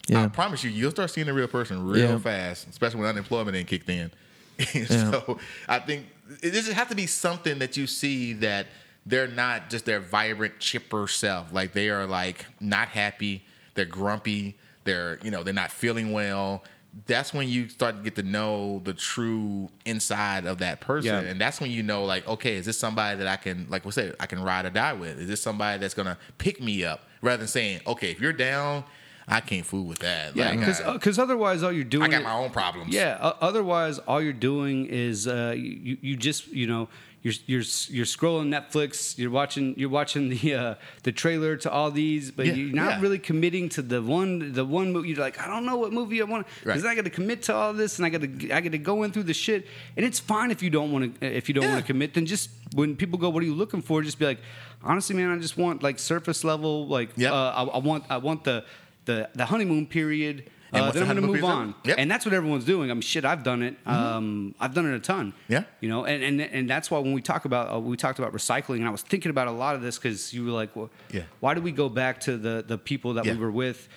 Speaker 3: Yeah.
Speaker 2: I promise you, you'll start seeing the real person real
Speaker 3: Yeah.
Speaker 2: fast, especially when unemployment ain't kicked in.
Speaker 3: Yeah.
Speaker 2: So I think it doesn't have to be something that you see that they're not just their vibrant, chipper self. Like they are like not happy, they're grumpy, they're you know they're not feeling well. That's when you start to get to know the true inside of that person,
Speaker 1: Yeah.
Speaker 2: and and that's when you know, like, okay, is this somebody that I can, like we said, I can ride or die with? Is this somebody that's gonna pick me up rather than saying, okay, if you're down, I can't fool with that.
Speaker 1: Yeah,
Speaker 2: like,
Speaker 1: because
Speaker 2: I,
Speaker 1: otherwise all you're doing
Speaker 2: I got
Speaker 1: is-
Speaker 2: my own problems.
Speaker 1: Yeah. o- Otherwise, all you're doing is uh, you you just you know you're you're you're scrolling Netflix. You're watching you're watching the uh, the trailer to all these, but
Speaker 2: Yeah,
Speaker 1: you're not
Speaker 2: yeah.
Speaker 1: really committing to the one the one movie. You're like, I don't know what movie I want because
Speaker 2: Right.
Speaker 1: I got to commit to all this, and I got to I got to go in through the shit. And it's fine if you don't want to if you don't
Speaker 2: Yeah.
Speaker 1: want to commit. Then just when people go, what are you looking for? Just be like, honestly, man, I just want like surface level. Like,
Speaker 2: Yep.
Speaker 1: uh, I, I want I want the the the honeymoon period.
Speaker 2: And
Speaker 1: Uh,
Speaker 2: once
Speaker 1: then
Speaker 2: the
Speaker 1: I'm gonna
Speaker 2: honeymoon
Speaker 1: move
Speaker 2: period's
Speaker 1: on,
Speaker 2: over, yep.
Speaker 1: and that's what everyone's doing. I mean, shit, I've done it. Um, I've done it a ton.
Speaker 2: Mm-hmm. Yeah.
Speaker 1: you know, and and, and that's why when we talk about uh, we talked about recycling, and I was thinking about a lot of this because you were like, well,
Speaker 2: Yeah.
Speaker 1: why do we go back to the the people that
Speaker 2: Yeah.
Speaker 1: we were with?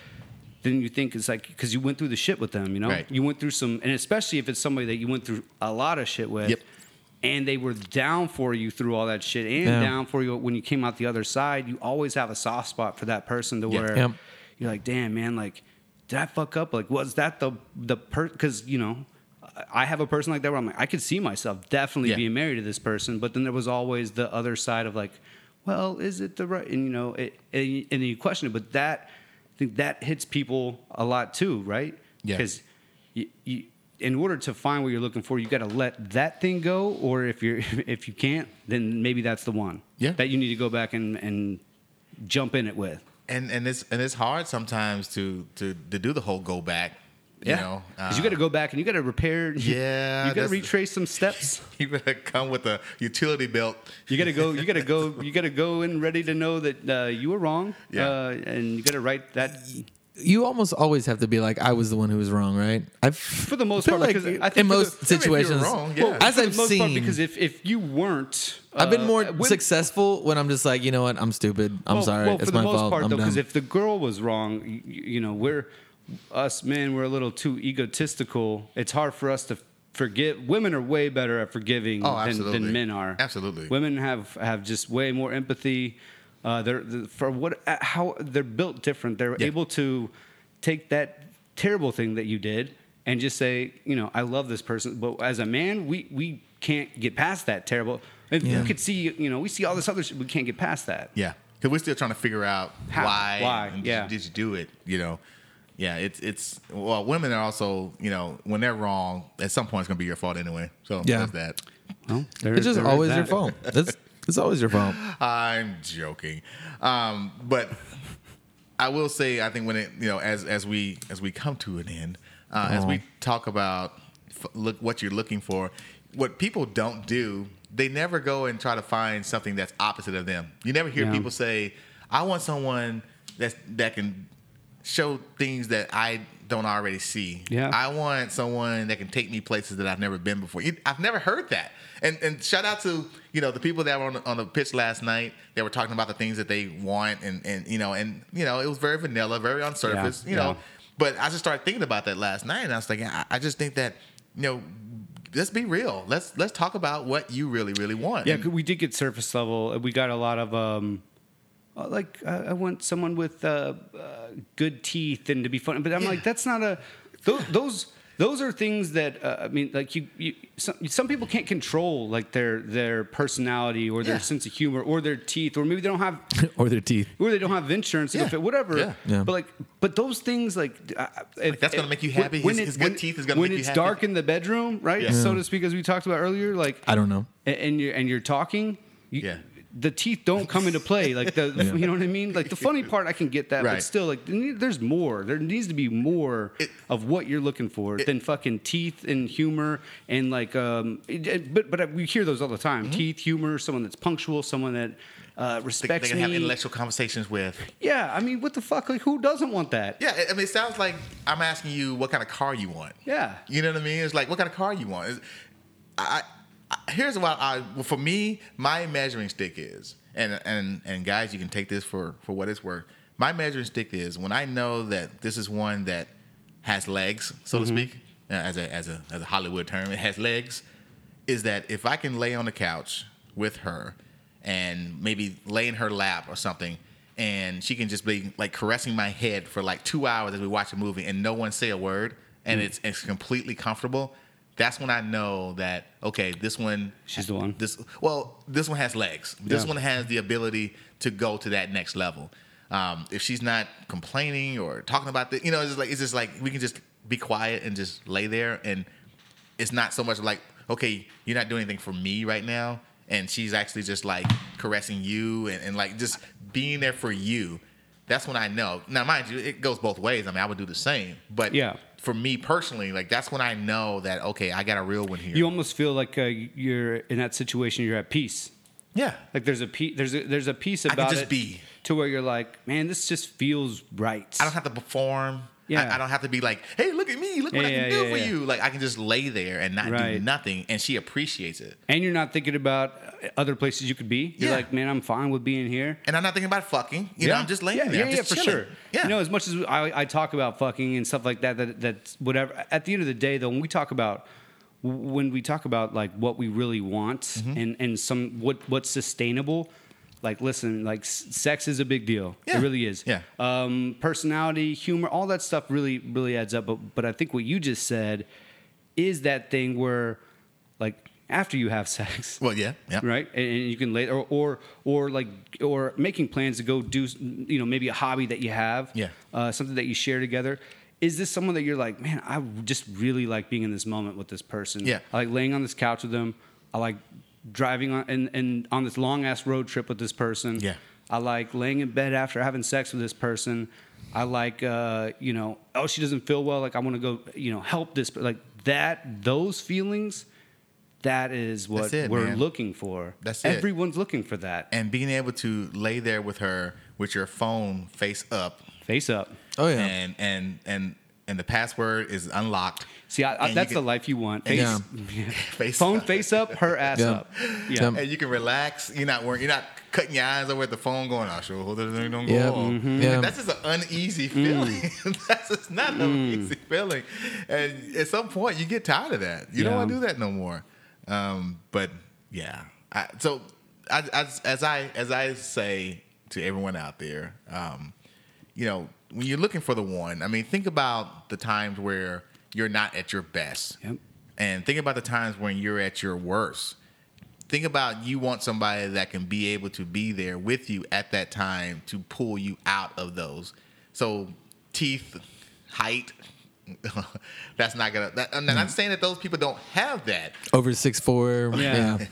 Speaker 1: Then you think it's like because you went through the shit with them, you know,
Speaker 2: Right.
Speaker 1: you went through some, and especially if it's somebody that you went through a lot of shit with.
Speaker 2: Yep.
Speaker 1: And they were down for you through all that shit, and
Speaker 3: Yeah.
Speaker 1: down for you when you came out the other side. You always have a soft spot for that person to
Speaker 2: Yeah.
Speaker 1: where
Speaker 3: Yep.
Speaker 1: you're like, damn, man, like, did I fuck up? Like, was that the the per? Because you know, I- I have a person like that where I'm like, I could see myself definitely
Speaker 2: Yeah.
Speaker 1: being married to this person, but then there was always the other side of like, well, is it the right? And you know, it, and, you- and you question it, but that I think that hits people a lot too, right?
Speaker 2: Yeah.
Speaker 1: Because you, you, in order to find what you're looking for, you got to let that thing go, or if you're if you can't, then maybe that's the one
Speaker 2: Yeah.
Speaker 1: that you need to go back and and jump in it with.
Speaker 2: and and it's and it's hard sometimes to to to do the whole go back. You
Speaker 1: Yeah.
Speaker 2: know, Uh,
Speaker 1: 'Cause
Speaker 3: uh,
Speaker 1: you got to go back and you got to repair.
Speaker 2: Yeah,
Speaker 1: you got to
Speaker 2: that's-
Speaker 1: retrace some steps.
Speaker 2: You better come with a utility belt.
Speaker 1: You got to go. You got to go. You got to go in ready to know that uh, you were wrong.
Speaker 2: Yeah.
Speaker 1: uh, and you got to write that
Speaker 3: You almost always have to be like, I was the one who was wrong, right? I for
Speaker 1: the most part, because I think for
Speaker 3: in most
Speaker 1: the-
Speaker 2: I mean, if you were
Speaker 3: situations,
Speaker 2: wrong, yeah.
Speaker 3: as
Speaker 1: for the
Speaker 3: I've
Speaker 1: most
Speaker 3: seen,
Speaker 1: part, because if if you weren't,
Speaker 3: I've been
Speaker 1: uh,
Speaker 3: more
Speaker 1: when-
Speaker 3: successful when I'm just like, you know what, I'm stupid. I'm
Speaker 1: well-
Speaker 3: sorry.
Speaker 1: Well,
Speaker 3: it's
Speaker 1: for
Speaker 3: my
Speaker 1: the most
Speaker 3: fault.
Speaker 1: part,
Speaker 3: I'm
Speaker 1: though,
Speaker 3: done.
Speaker 1: because if the girl was wrong, you, you know, we're us men, we're a little too egotistical. It's hard for us to forgive. Women are way better at forgiving
Speaker 2: Oh,
Speaker 1: than,
Speaker 2: absolutely.
Speaker 1: than men are.
Speaker 2: Absolutely.
Speaker 1: women have have just way more empathy. Uh, they're, they for what uh, how they're built different. They're
Speaker 2: Yeah.
Speaker 1: able to take that terrible thing that you did and just say, you know, I love this person. But as a man, we we can't get past that terrible. If
Speaker 3: Yeah.
Speaker 1: You could see, you know, we see all this other shit. We can't get past that.
Speaker 2: Yeah, because we're still trying to figure out
Speaker 1: How-
Speaker 2: why.
Speaker 1: why,
Speaker 2: and
Speaker 1: yeah.
Speaker 2: Did, you do it? You know. Yeah, it's it's well, women are also you know when they're wrong, at some point it's gonna be your fault anyway. So
Speaker 3: Yeah.
Speaker 2: there's that.
Speaker 1: Well, there-
Speaker 3: it's just
Speaker 1: there is
Speaker 3: always your
Speaker 1: that.
Speaker 3: fault. It's, it's always your fault.
Speaker 2: I'm joking, um, but I will say I think when it you know as as we as we come to an end, uh, as we talk about f- look what you're looking for, what people don't do, they never go and try to find something that's opposite of them. You never hear
Speaker 1: Yeah.
Speaker 2: people say, "I want someone that that can show things that I don't already see."
Speaker 1: Yeah.
Speaker 2: I want someone that can take me places that I've never been before. You- I've never heard that. And and shout out to you know the people that were on the, on the pitch last night. They were talking about the things that they want, and and you know, and you know, it was very vanilla, very on surface,
Speaker 1: Yeah,
Speaker 2: you
Speaker 1: yeah.
Speaker 2: know. But I just started thinking about that last night, and I was like, I, I just think that you know, let's be real. Let's let's talk about what you really really want.
Speaker 1: Yeah,
Speaker 2: And-
Speaker 1: 'cause we did get surface level. We got a lot of um, uh, like uh, I want someone with uh, uh, good teeth and to be funny, but I'm like that's not a those those. Those are things that uh, I mean, like you, you some, some people can't control, like their their personality or their
Speaker 2: Yeah.
Speaker 1: sense of humor or their teeth, or maybe they don't have
Speaker 3: or their teeth.
Speaker 1: or they don't have insurance,
Speaker 2: Yeah.
Speaker 1: if it- whatever.
Speaker 2: Yeah.
Speaker 3: Yeah.
Speaker 1: But like, but those things like, I- I- if-
Speaker 2: that's gonna
Speaker 1: if-
Speaker 2: make you happy. His-
Speaker 1: it-
Speaker 2: his good teeth is gonna
Speaker 1: when
Speaker 2: make you
Speaker 1: it's
Speaker 2: happy.
Speaker 1: dark in the bedroom, right?
Speaker 2: Yeah.
Speaker 1: So to speak, as we talked about earlier, like
Speaker 3: I don't know.
Speaker 1: a- and you're and you're talking, you,
Speaker 2: Yeah.
Speaker 1: the teeth don't come into play. Like the, you know what I mean. Like the funny part, I can get that,
Speaker 2: Right.
Speaker 1: but still, like there need- there's more. There needs to be more
Speaker 2: It-
Speaker 1: of what you're looking for than fucking teeth and humor and like. Um, it- it- but but we hear those all the time: teeth, humor, someone that's punctual, someone that. Uh,
Speaker 2: Mm-hmm. they, they
Speaker 1: respects
Speaker 2: can have
Speaker 1: me.
Speaker 2: intellectual conversations with.
Speaker 1: Yeah, I mean, what the fuck? Like, who doesn't want that?
Speaker 2: Yeah, I- I mean, it sounds like I'm asking you what kind of car you want.
Speaker 1: Yeah.
Speaker 2: You know what I mean? It's like what kind of car you want. It's- I, I here's what I well, for me my measuring stick is, and and and guys, you can take this for for what it's worth. My measuring stick is when I know that this is one that has legs, so to speak, uh, as a as a as a Hollywood term, it has legs. Is that if I can lay on the couch with her and maybe lay in her lap or something, and she can just be like caressing my head for like two hours as we watch a movie and no one say a word, and
Speaker 1: Mm.
Speaker 2: it's it's completely comfortable. That's when I know that okay, this one
Speaker 1: She's the one.
Speaker 2: this well this one has legs this
Speaker 1: Yeah.
Speaker 2: one has the ability to go to that next level um, if she's not complaining or talking about the you know it's just like it's just like we can just be quiet and just lay there and it's not so much like okay you're not doing anything for me right now and she's actually just like caressing you and, and like just being there for you that's when i know now mind you it goes both ways i mean i would do the same but
Speaker 1: Yeah.
Speaker 2: for me personally like that's when i know that okay i got a real one here
Speaker 1: You almost feel like uh, you're in that situation. You're at peace.
Speaker 2: yeah
Speaker 1: Like there's a pe- there's a, there's a piece
Speaker 2: could
Speaker 1: about
Speaker 2: just
Speaker 1: it
Speaker 2: be.
Speaker 1: to where you're like, man, this just feels right.
Speaker 2: I don't have to perform. Yeah.
Speaker 1: Yeah.
Speaker 2: I, I don't have to be like, hey, look at me. Look what I
Speaker 1: Yeah,
Speaker 2: can
Speaker 1: yeah,
Speaker 2: do
Speaker 1: yeah,
Speaker 2: for
Speaker 1: yeah.
Speaker 2: you. Like, I can just lay there and not do
Speaker 1: Right.
Speaker 2: nothing. And she appreciates it.
Speaker 1: and you're not thinking about uh, other places you could be. You're
Speaker 2: Yeah.
Speaker 1: like, man, I'm fine with being here.
Speaker 2: And I'm not thinking about fucking. You know, I'm just laying
Speaker 1: yeah,
Speaker 2: there.
Speaker 1: Yeah,
Speaker 2: I'm
Speaker 1: yeah,
Speaker 2: just
Speaker 1: for
Speaker 2: chilling.
Speaker 1: sure.
Speaker 2: Yeah.
Speaker 1: You know, as much as I, I talk about fucking and stuff like that, that that's whatever. At the end of the day, though, when we talk about when we talk about like what we really want
Speaker 2: Mm-hmm.
Speaker 1: and and some what what's sustainable, like listen, like s- sex is a big deal.
Speaker 2: Yeah.
Speaker 1: It really is.
Speaker 2: Yeah.
Speaker 1: Um, personality, humor, all that stuff really really adds up. But but I think what you just said is that thing where like after you have sex
Speaker 2: well, yeah. Yeah.
Speaker 1: right? And, and you can later, or, or or like, or making plans to go do, you know, maybe a hobby that you have,
Speaker 2: Yeah.
Speaker 1: uh, something that you share together. Is this someone that you're like, man, I just really like being in this moment with this person.
Speaker 2: Yeah.
Speaker 1: I like laying on this couch with them. I like driving on and, and on this long ass road trip with this person.
Speaker 2: Yeah.
Speaker 1: I like laying in bed after having sex with this person. I like, uh, you know, oh, she doesn't feel well. Like, I want to go, you know, help this. Like that, those feelings, that is what
Speaker 2: That's it,
Speaker 1: we're
Speaker 2: man.
Speaker 1: looking for.
Speaker 2: That's it.
Speaker 1: Everyone's looking for that.
Speaker 2: And being able to lay there with her with your phone face up.
Speaker 1: Face up.
Speaker 3: Oh yeah.
Speaker 2: And, and, and, and the password is unlocked.
Speaker 1: See, I,
Speaker 2: And
Speaker 1: I,
Speaker 2: you
Speaker 1: that's
Speaker 2: can-
Speaker 1: the life you want. Face,
Speaker 3: Yeah.
Speaker 2: Face
Speaker 1: phone
Speaker 2: up.
Speaker 1: face up, her ass
Speaker 3: Yeah.
Speaker 1: up. Yeah.
Speaker 3: Yeah.
Speaker 2: And you can relax. You're not worrying. You're not cutting your eyes over at the phone going, oh, sure, hold it, don't go
Speaker 3: Yeah,
Speaker 2: off."
Speaker 3: mhm. Yeah. Mm.
Speaker 2: That's just an uneasy feeling. That's just not an easy feeling. And at some point, you get tired of that. You don't
Speaker 1: Yeah.
Speaker 2: want to do that no more. Um, but yeah. I, so I, as, as I as I say to everyone out there, um, you know, when you're looking for the one, I mean, think about the times where you're not at your best.
Speaker 1: Yep.
Speaker 2: And think about the times when you're at your worst think about you want somebody that can be able to be there with you at that time to pull you out of those. So teeth, height. that's not gonna. That, I'm not saying that those people don't have that.
Speaker 3: Over six four. Yeah.
Speaker 1: Yeah.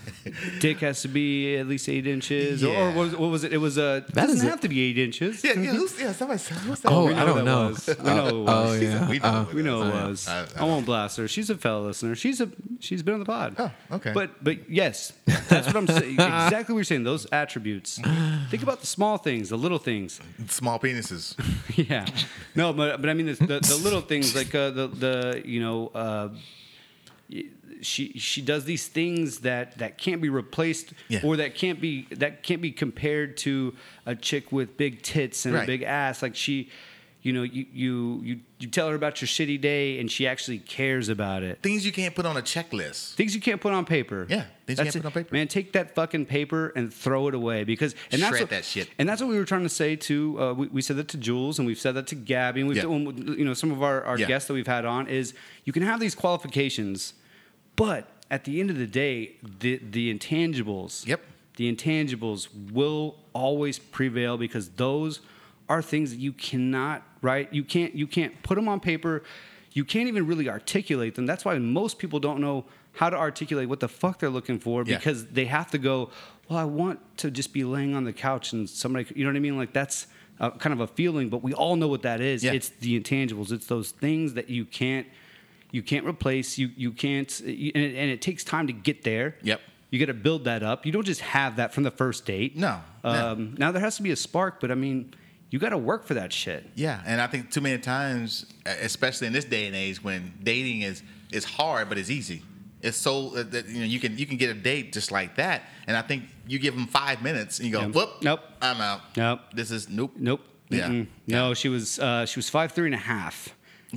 Speaker 1: Dick has to be at least eight inches. Or,
Speaker 2: Yeah.
Speaker 1: what, was, what was it? It was a. That
Speaker 3: is
Speaker 1: doesn't
Speaker 3: a-
Speaker 1: have to be eight inches.
Speaker 2: Yeah, yeah. Who's, yeah somebody. Who's that?
Speaker 3: Oh,
Speaker 1: we know
Speaker 3: I
Speaker 1: that
Speaker 3: don't know.
Speaker 1: was. We know it
Speaker 3: oh
Speaker 1: was.
Speaker 3: yeah.
Speaker 2: We know
Speaker 3: Uh,
Speaker 2: who
Speaker 1: We know it
Speaker 2: is.
Speaker 1: was.
Speaker 2: Uh, I-
Speaker 1: I,
Speaker 2: I-
Speaker 1: won't blast her. She's a fellow listener. She's a she's been on the pod.
Speaker 2: Oh, okay.
Speaker 1: But but yes, that's what I'm saying. exactly what you're saying. Those attributes. Think about the small things, the little things.
Speaker 2: Small penises.
Speaker 1: yeah. No, but but I mean the the, the little things like uh, the the you know uh, y- she she does these things that that can't be replaced
Speaker 2: Yeah.
Speaker 1: or that can't be that can't be compared to a chick with big tits and
Speaker 2: Right.
Speaker 1: a big ass like she. You know, you, you you you tell her about your shitty day, and she actually cares about it.
Speaker 2: Things you can't put on a checklist.
Speaker 1: Things you can't put on paper.
Speaker 2: Yeah, things you can't put on paper.
Speaker 1: Man, take that fucking paper and throw it away because and that's
Speaker 2: Shred
Speaker 1: what,
Speaker 2: that shit.
Speaker 1: And that's what we were trying to say to. Uh, we, we said that to Jules and we've said that to Gabby and we've
Speaker 2: Yeah.
Speaker 1: done- you know some of our, our
Speaker 2: Yeah.
Speaker 1: guests that we've had on is you can have these qualifications, but at the end of the day, the the intangibles.
Speaker 2: Yep.
Speaker 1: The intangibles will always prevail because those are things that you cannot right. You can't you can't put them on paper. You can't even really articulate them. That's why most people don't know how to articulate what the fuck they're looking for
Speaker 2: Yeah.
Speaker 1: because they have to go. Well, I want to just be laying on the couch and somebody. You know what I mean? Like that's uh kind of a feeling, but we all know what that is.
Speaker 2: Yeah.
Speaker 1: It's the intangibles. It's those things that you can't you can't replace. You you can't you, and, it, and it takes time to get there.
Speaker 2: Yep.
Speaker 1: You got to build that up. You don't just have that from the first date.
Speaker 2: No, no.
Speaker 1: Um, Now there has to be a spark, but I mean, you got to work for that shit.
Speaker 2: Yeah, and I think too many times, e, especially in this day and age, when dating is is hard but it's easy. It's so uh, that you know you can you can get a date just like that, and I think you give them five minutes and you go,
Speaker 1: Yeah.
Speaker 2: whoop,
Speaker 1: Nope.
Speaker 2: I'm out,
Speaker 1: Nope.
Speaker 2: this is nope,
Speaker 1: Nope.
Speaker 2: Yeah.
Speaker 1: No, she was uh, she was five three and a half.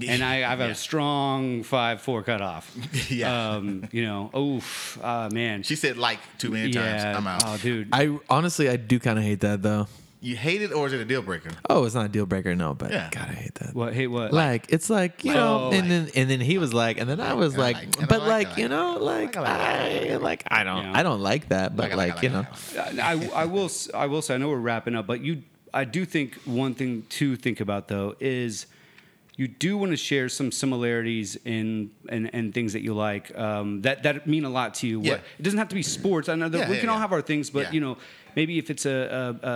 Speaker 1: And I, I've had
Speaker 2: Yeah.
Speaker 1: a strong five four cutoff.
Speaker 2: Yeah.
Speaker 1: Um, you know, oof, uh, man.
Speaker 2: She said like too many times.
Speaker 1: yeah.
Speaker 2: I'm out.
Speaker 1: Oh, dude.
Speaker 7: I honestly, I do kind of hate that though.
Speaker 2: You hate it or is it a deal breaker?
Speaker 7: Oh, it's not a deal breaker, no, but
Speaker 2: Yeah.
Speaker 7: God, I hate that.
Speaker 1: what? Hey, what?
Speaker 7: Like it's like you
Speaker 1: Like-
Speaker 7: know,
Speaker 1: Oh,
Speaker 7: and then and then he was like, and then I was
Speaker 2: And I
Speaker 7: like,
Speaker 2: like- and I
Speaker 7: but
Speaker 2: like-
Speaker 7: like,
Speaker 2: I like-
Speaker 7: you know, like I like I don't
Speaker 1: Yeah.
Speaker 7: I don't like that, but
Speaker 2: I
Speaker 7: like,
Speaker 2: like- I
Speaker 7: you know,
Speaker 2: like-
Speaker 1: I, I will s- I will say I know we're wrapping up, but you I do think one thing to think about though is you do want to share some similarities in and and things that you like um, that that mean a lot to you.
Speaker 2: Yeah.
Speaker 1: What, it doesn't have to be sports. I know that
Speaker 2: Yeah,
Speaker 1: we
Speaker 2: yeah,
Speaker 1: can all
Speaker 2: yeah.
Speaker 1: have our things, but
Speaker 2: Yeah.
Speaker 1: you know maybe if it's a, a, a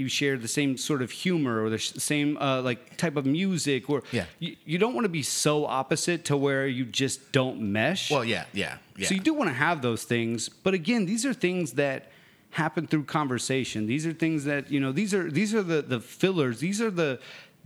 Speaker 1: you share the same sort of humor or the sh- same uh, like type of music or
Speaker 2: Yeah.
Speaker 1: you, you don't want to be so opposite to where you just don't mesh.
Speaker 2: Well, yeah, yeah, yeah.
Speaker 1: So you do want to have those things, but again, these are things that happen through conversation. These are things that you know. These are these are the the fillers. These are the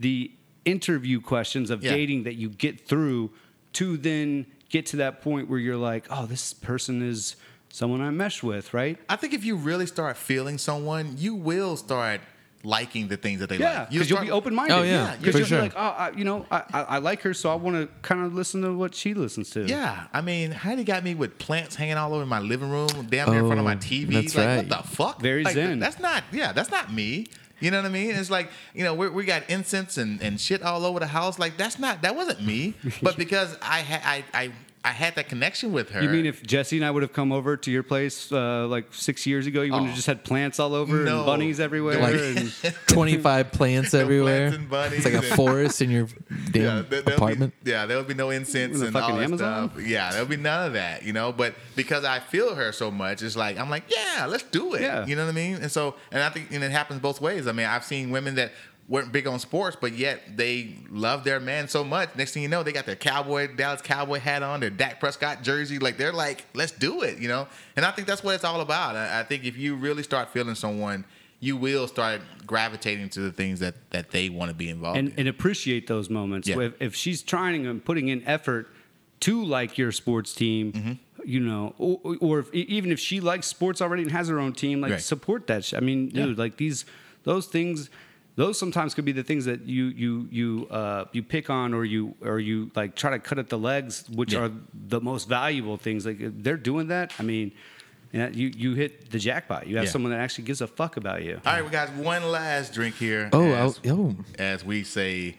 Speaker 1: the interview questions of
Speaker 2: Yeah.
Speaker 1: dating that you get through to then get to that point where you're like, oh, this person is someone I mesh with, right?
Speaker 2: I think if you really start feeling someone, you will start liking the things that they
Speaker 1: Yeah,
Speaker 2: like.
Speaker 1: because you'll
Speaker 2: start-
Speaker 1: be open minded.
Speaker 7: Oh, yeah,
Speaker 1: because
Speaker 7: for
Speaker 1: you'll
Speaker 7: sure.
Speaker 1: be like, oh, I, you know, I, I, I like her, so I want to kind of listen to what she listens to.
Speaker 2: Yeah, I mean, Heidi got me with plants hanging all over my living room, damn near in front
Speaker 7: Oh,
Speaker 2: of my TV.
Speaker 7: that's
Speaker 2: like,
Speaker 7: right.
Speaker 2: what the fuck?
Speaker 1: Very
Speaker 2: Like,
Speaker 1: zen.
Speaker 2: That's not, yeah, that's not me. You know what I mean? It's like, you know, we we got incense and, and shit all over the house. Like, that's not, that wasn't me. But because I, ha- I, I, I had that connection with her.
Speaker 1: You mean if Jesse and I would have come over to your place uh, like six years ago, you wouldn't
Speaker 2: Oh.
Speaker 1: have just had plants all over
Speaker 2: No.
Speaker 1: and bunnies everywhere?
Speaker 2: Like-
Speaker 1: and,
Speaker 7: twenty five plants everywhere.
Speaker 2: and
Speaker 7: it's
Speaker 2: bunnies
Speaker 7: like
Speaker 2: and-
Speaker 7: a forest in your
Speaker 2: Yeah,
Speaker 7: damn
Speaker 2: there, there'll
Speaker 7: apartment.
Speaker 2: Be, yeah, there would be no incense
Speaker 1: the
Speaker 2: and
Speaker 1: fucking
Speaker 2: all that
Speaker 1: Amazon?
Speaker 2: stuff. Yeah, there'll be none of that, you know. But because I feel her so much, it's like I'm like, yeah, let's do it.
Speaker 1: Yeah.
Speaker 2: You know what I mean? And so, and I think, and it happens both ways. I mean, I've seen women that weren't big on sports, but yet they love their man so much. Next thing you know, they got their cowboy Dallas Cowboy hat on, their Dak Prescott jersey. Like they're like, let's do it, you know. And I think that's what it's all about. I, I think if you really start feeling someone. You will start gravitating to the things that, that they want to be involved
Speaker 1: and,
Speaker 2: in.
Speaker 1: and appreciate those moments.
Speaker 2: Yeah.
Speaker 1: If, if she's trying and putting in effort to like your sports team,
Speaker 2: Mm-hmm.
Speaker 1: you know, or, or if, e, even if she likes sports already and has her own team, like
Speaker 2: Right.
Speaker 1: support that. Sh- I mean, dude, like these, those things. Those sometimes could be the things that you you you uh, you pick on or you or you like try to cut at the legs, which
Speaker 2: Yeah.
Speaker 1: are the most valuable things. Like if they're doing that. I mean, yeah, you you hit the jackpot. You have
Speaker 2: Yeah.
Speaker 1: someone that actually gives a fuck about you.
Speaker 2: All right, we got one last drink here.
Speaker 7: Oh,
Speaker 2: as,
Speaker 7: I'll- oh.
Speaker 2: as we say,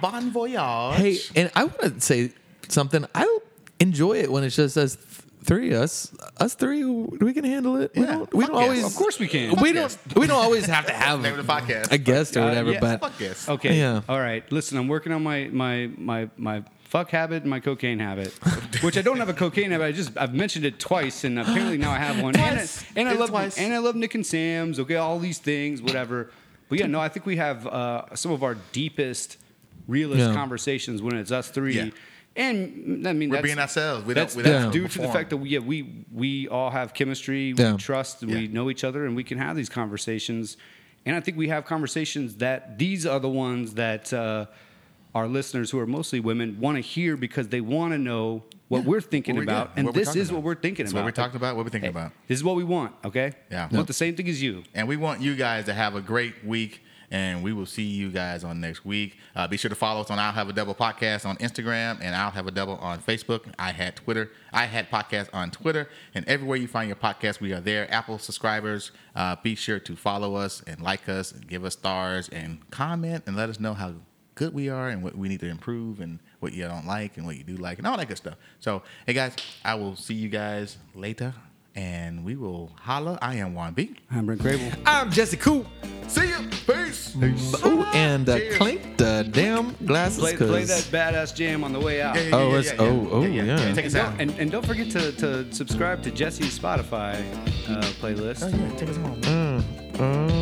Speaker 2: bon voyage.
Speaker 7: Hey, and I want to say something. I enjoy it when it's just us th- three. Us, us three, we can handle it. we
Speaker 2: Yeah,
Speaker 7: don't, we
Speaker 2: fuck
Speaker 7: don't
Speaker 2: yes.
Speaker 7: always.
Speaker 2: Of
Speaker 1: course we can.
Speaker 7: We don't. We don't always have to have
Speaker 2: name of the podcast.
Speaker 7: a guest or
Speaker 1: Uh,
Speaker 7: whatever.
Speaker 1: yeah.
Speaker 7: But
Speaker 2: Fuck yes.
Speaker 1: Okay.
Speaker 7: Yeah.
Speaker 1: All right. Listen, I'm working on my my my my fuck habit and my cocaine habit, which I don't have a cocaine habit. I just I've mentioned it twice, and apparently now I have one.
Speaker 2: Twice.
Speaker 1: And I, and I
Speaker 2: Did
Speaker 1: love
Speaker 2: twice.
Speaker 1: and I love Nick and Sam's. Okay, all these things, whatever. But yeah, no, I think we have uh, some of our deepest, realest
Speaker 7: Yeah.
Speaker 1: conversations when it's us three.
Speaker 2: Yeah.
Speaker 1: And I mean,
Speaker 2: We're
Speaker 1: that's-
Speaker 2: being ourselves. We don't-
Speaker 1: that's
Speaker 2: we
Speaker 1: that's
Speaker 7: don't
Speaker 1: due to the
Speaker 2: perform.
Speaker 1: fact that we, yeah, we we all have chemistry,
Speaker 7: Yeah.
Speaker 1: we trust,
Speaker 2: Yeah.
Speaker 1: we know each other, and we can have these conversations. And I think we have conversations that these are the ones that uh, our listeners, who are mostly women, want to hear because they want to know what we're thinking
Speaker 2: What we-
Speaker 1: about,
Speaker 2: yeah,
Speaker 1: and
Speaker 2: what we're
Speaker 1: this
Speaker 2: talking
Speaker 1: is
Speaker 2: about.
Speaker 1: what we're thinking
Speaker 2: It's
Speaker 1: about.
Speaker 2: what we're talking about, what we're thinking about.
Speaker 1: This is what we want. Okay.
Speaker 2: Yeah.
Speaker 1: Want the same thing as you.
Speaker 2: And we want you guys to have a great week. And we will see you guys on next week. Uh, be sure to follow us on I'll Have a Double Podcast on Instagram and I'll Have a Double on Facebook. I had Twitter. I had podcast on Twitter. And everywhere you find your podcast, we are there. Apple subscribers, uh, be sure to follow us and like us and give us stars and comment and let us know how good we are and what we need to improve and what you don't like and what you do like and all that good stuff. So, hey guys, I will see you guys later and we will holla. I am Juan B.
Speaker 1: I'm Brent Grable.
Speaker 7: I'm Jesse Coop.
Speaker 2: See ya. Peace.
Speaker 7: Oh, and uh,
Speaker 2: Cheers.
Speaker 7: clink the damn glasses.
Speaker 1: Play,
Speaker 7: 'cause-
Speaker 1: play that badass jam on the way out.
Speaker 7: yeah, Oh, yeah, it's- yeah, yeah. oh, oh, yeah.
Speaker 2: Take us
Speaker 1: And,
Speaker 2: out.
Speaker 1: don't, and, and don't forget to, to subscribe to Jesse's Spotify uh, playlist.
Speaker 2: yeah, take us home.
Speaker 7: Uh, mm. Oh,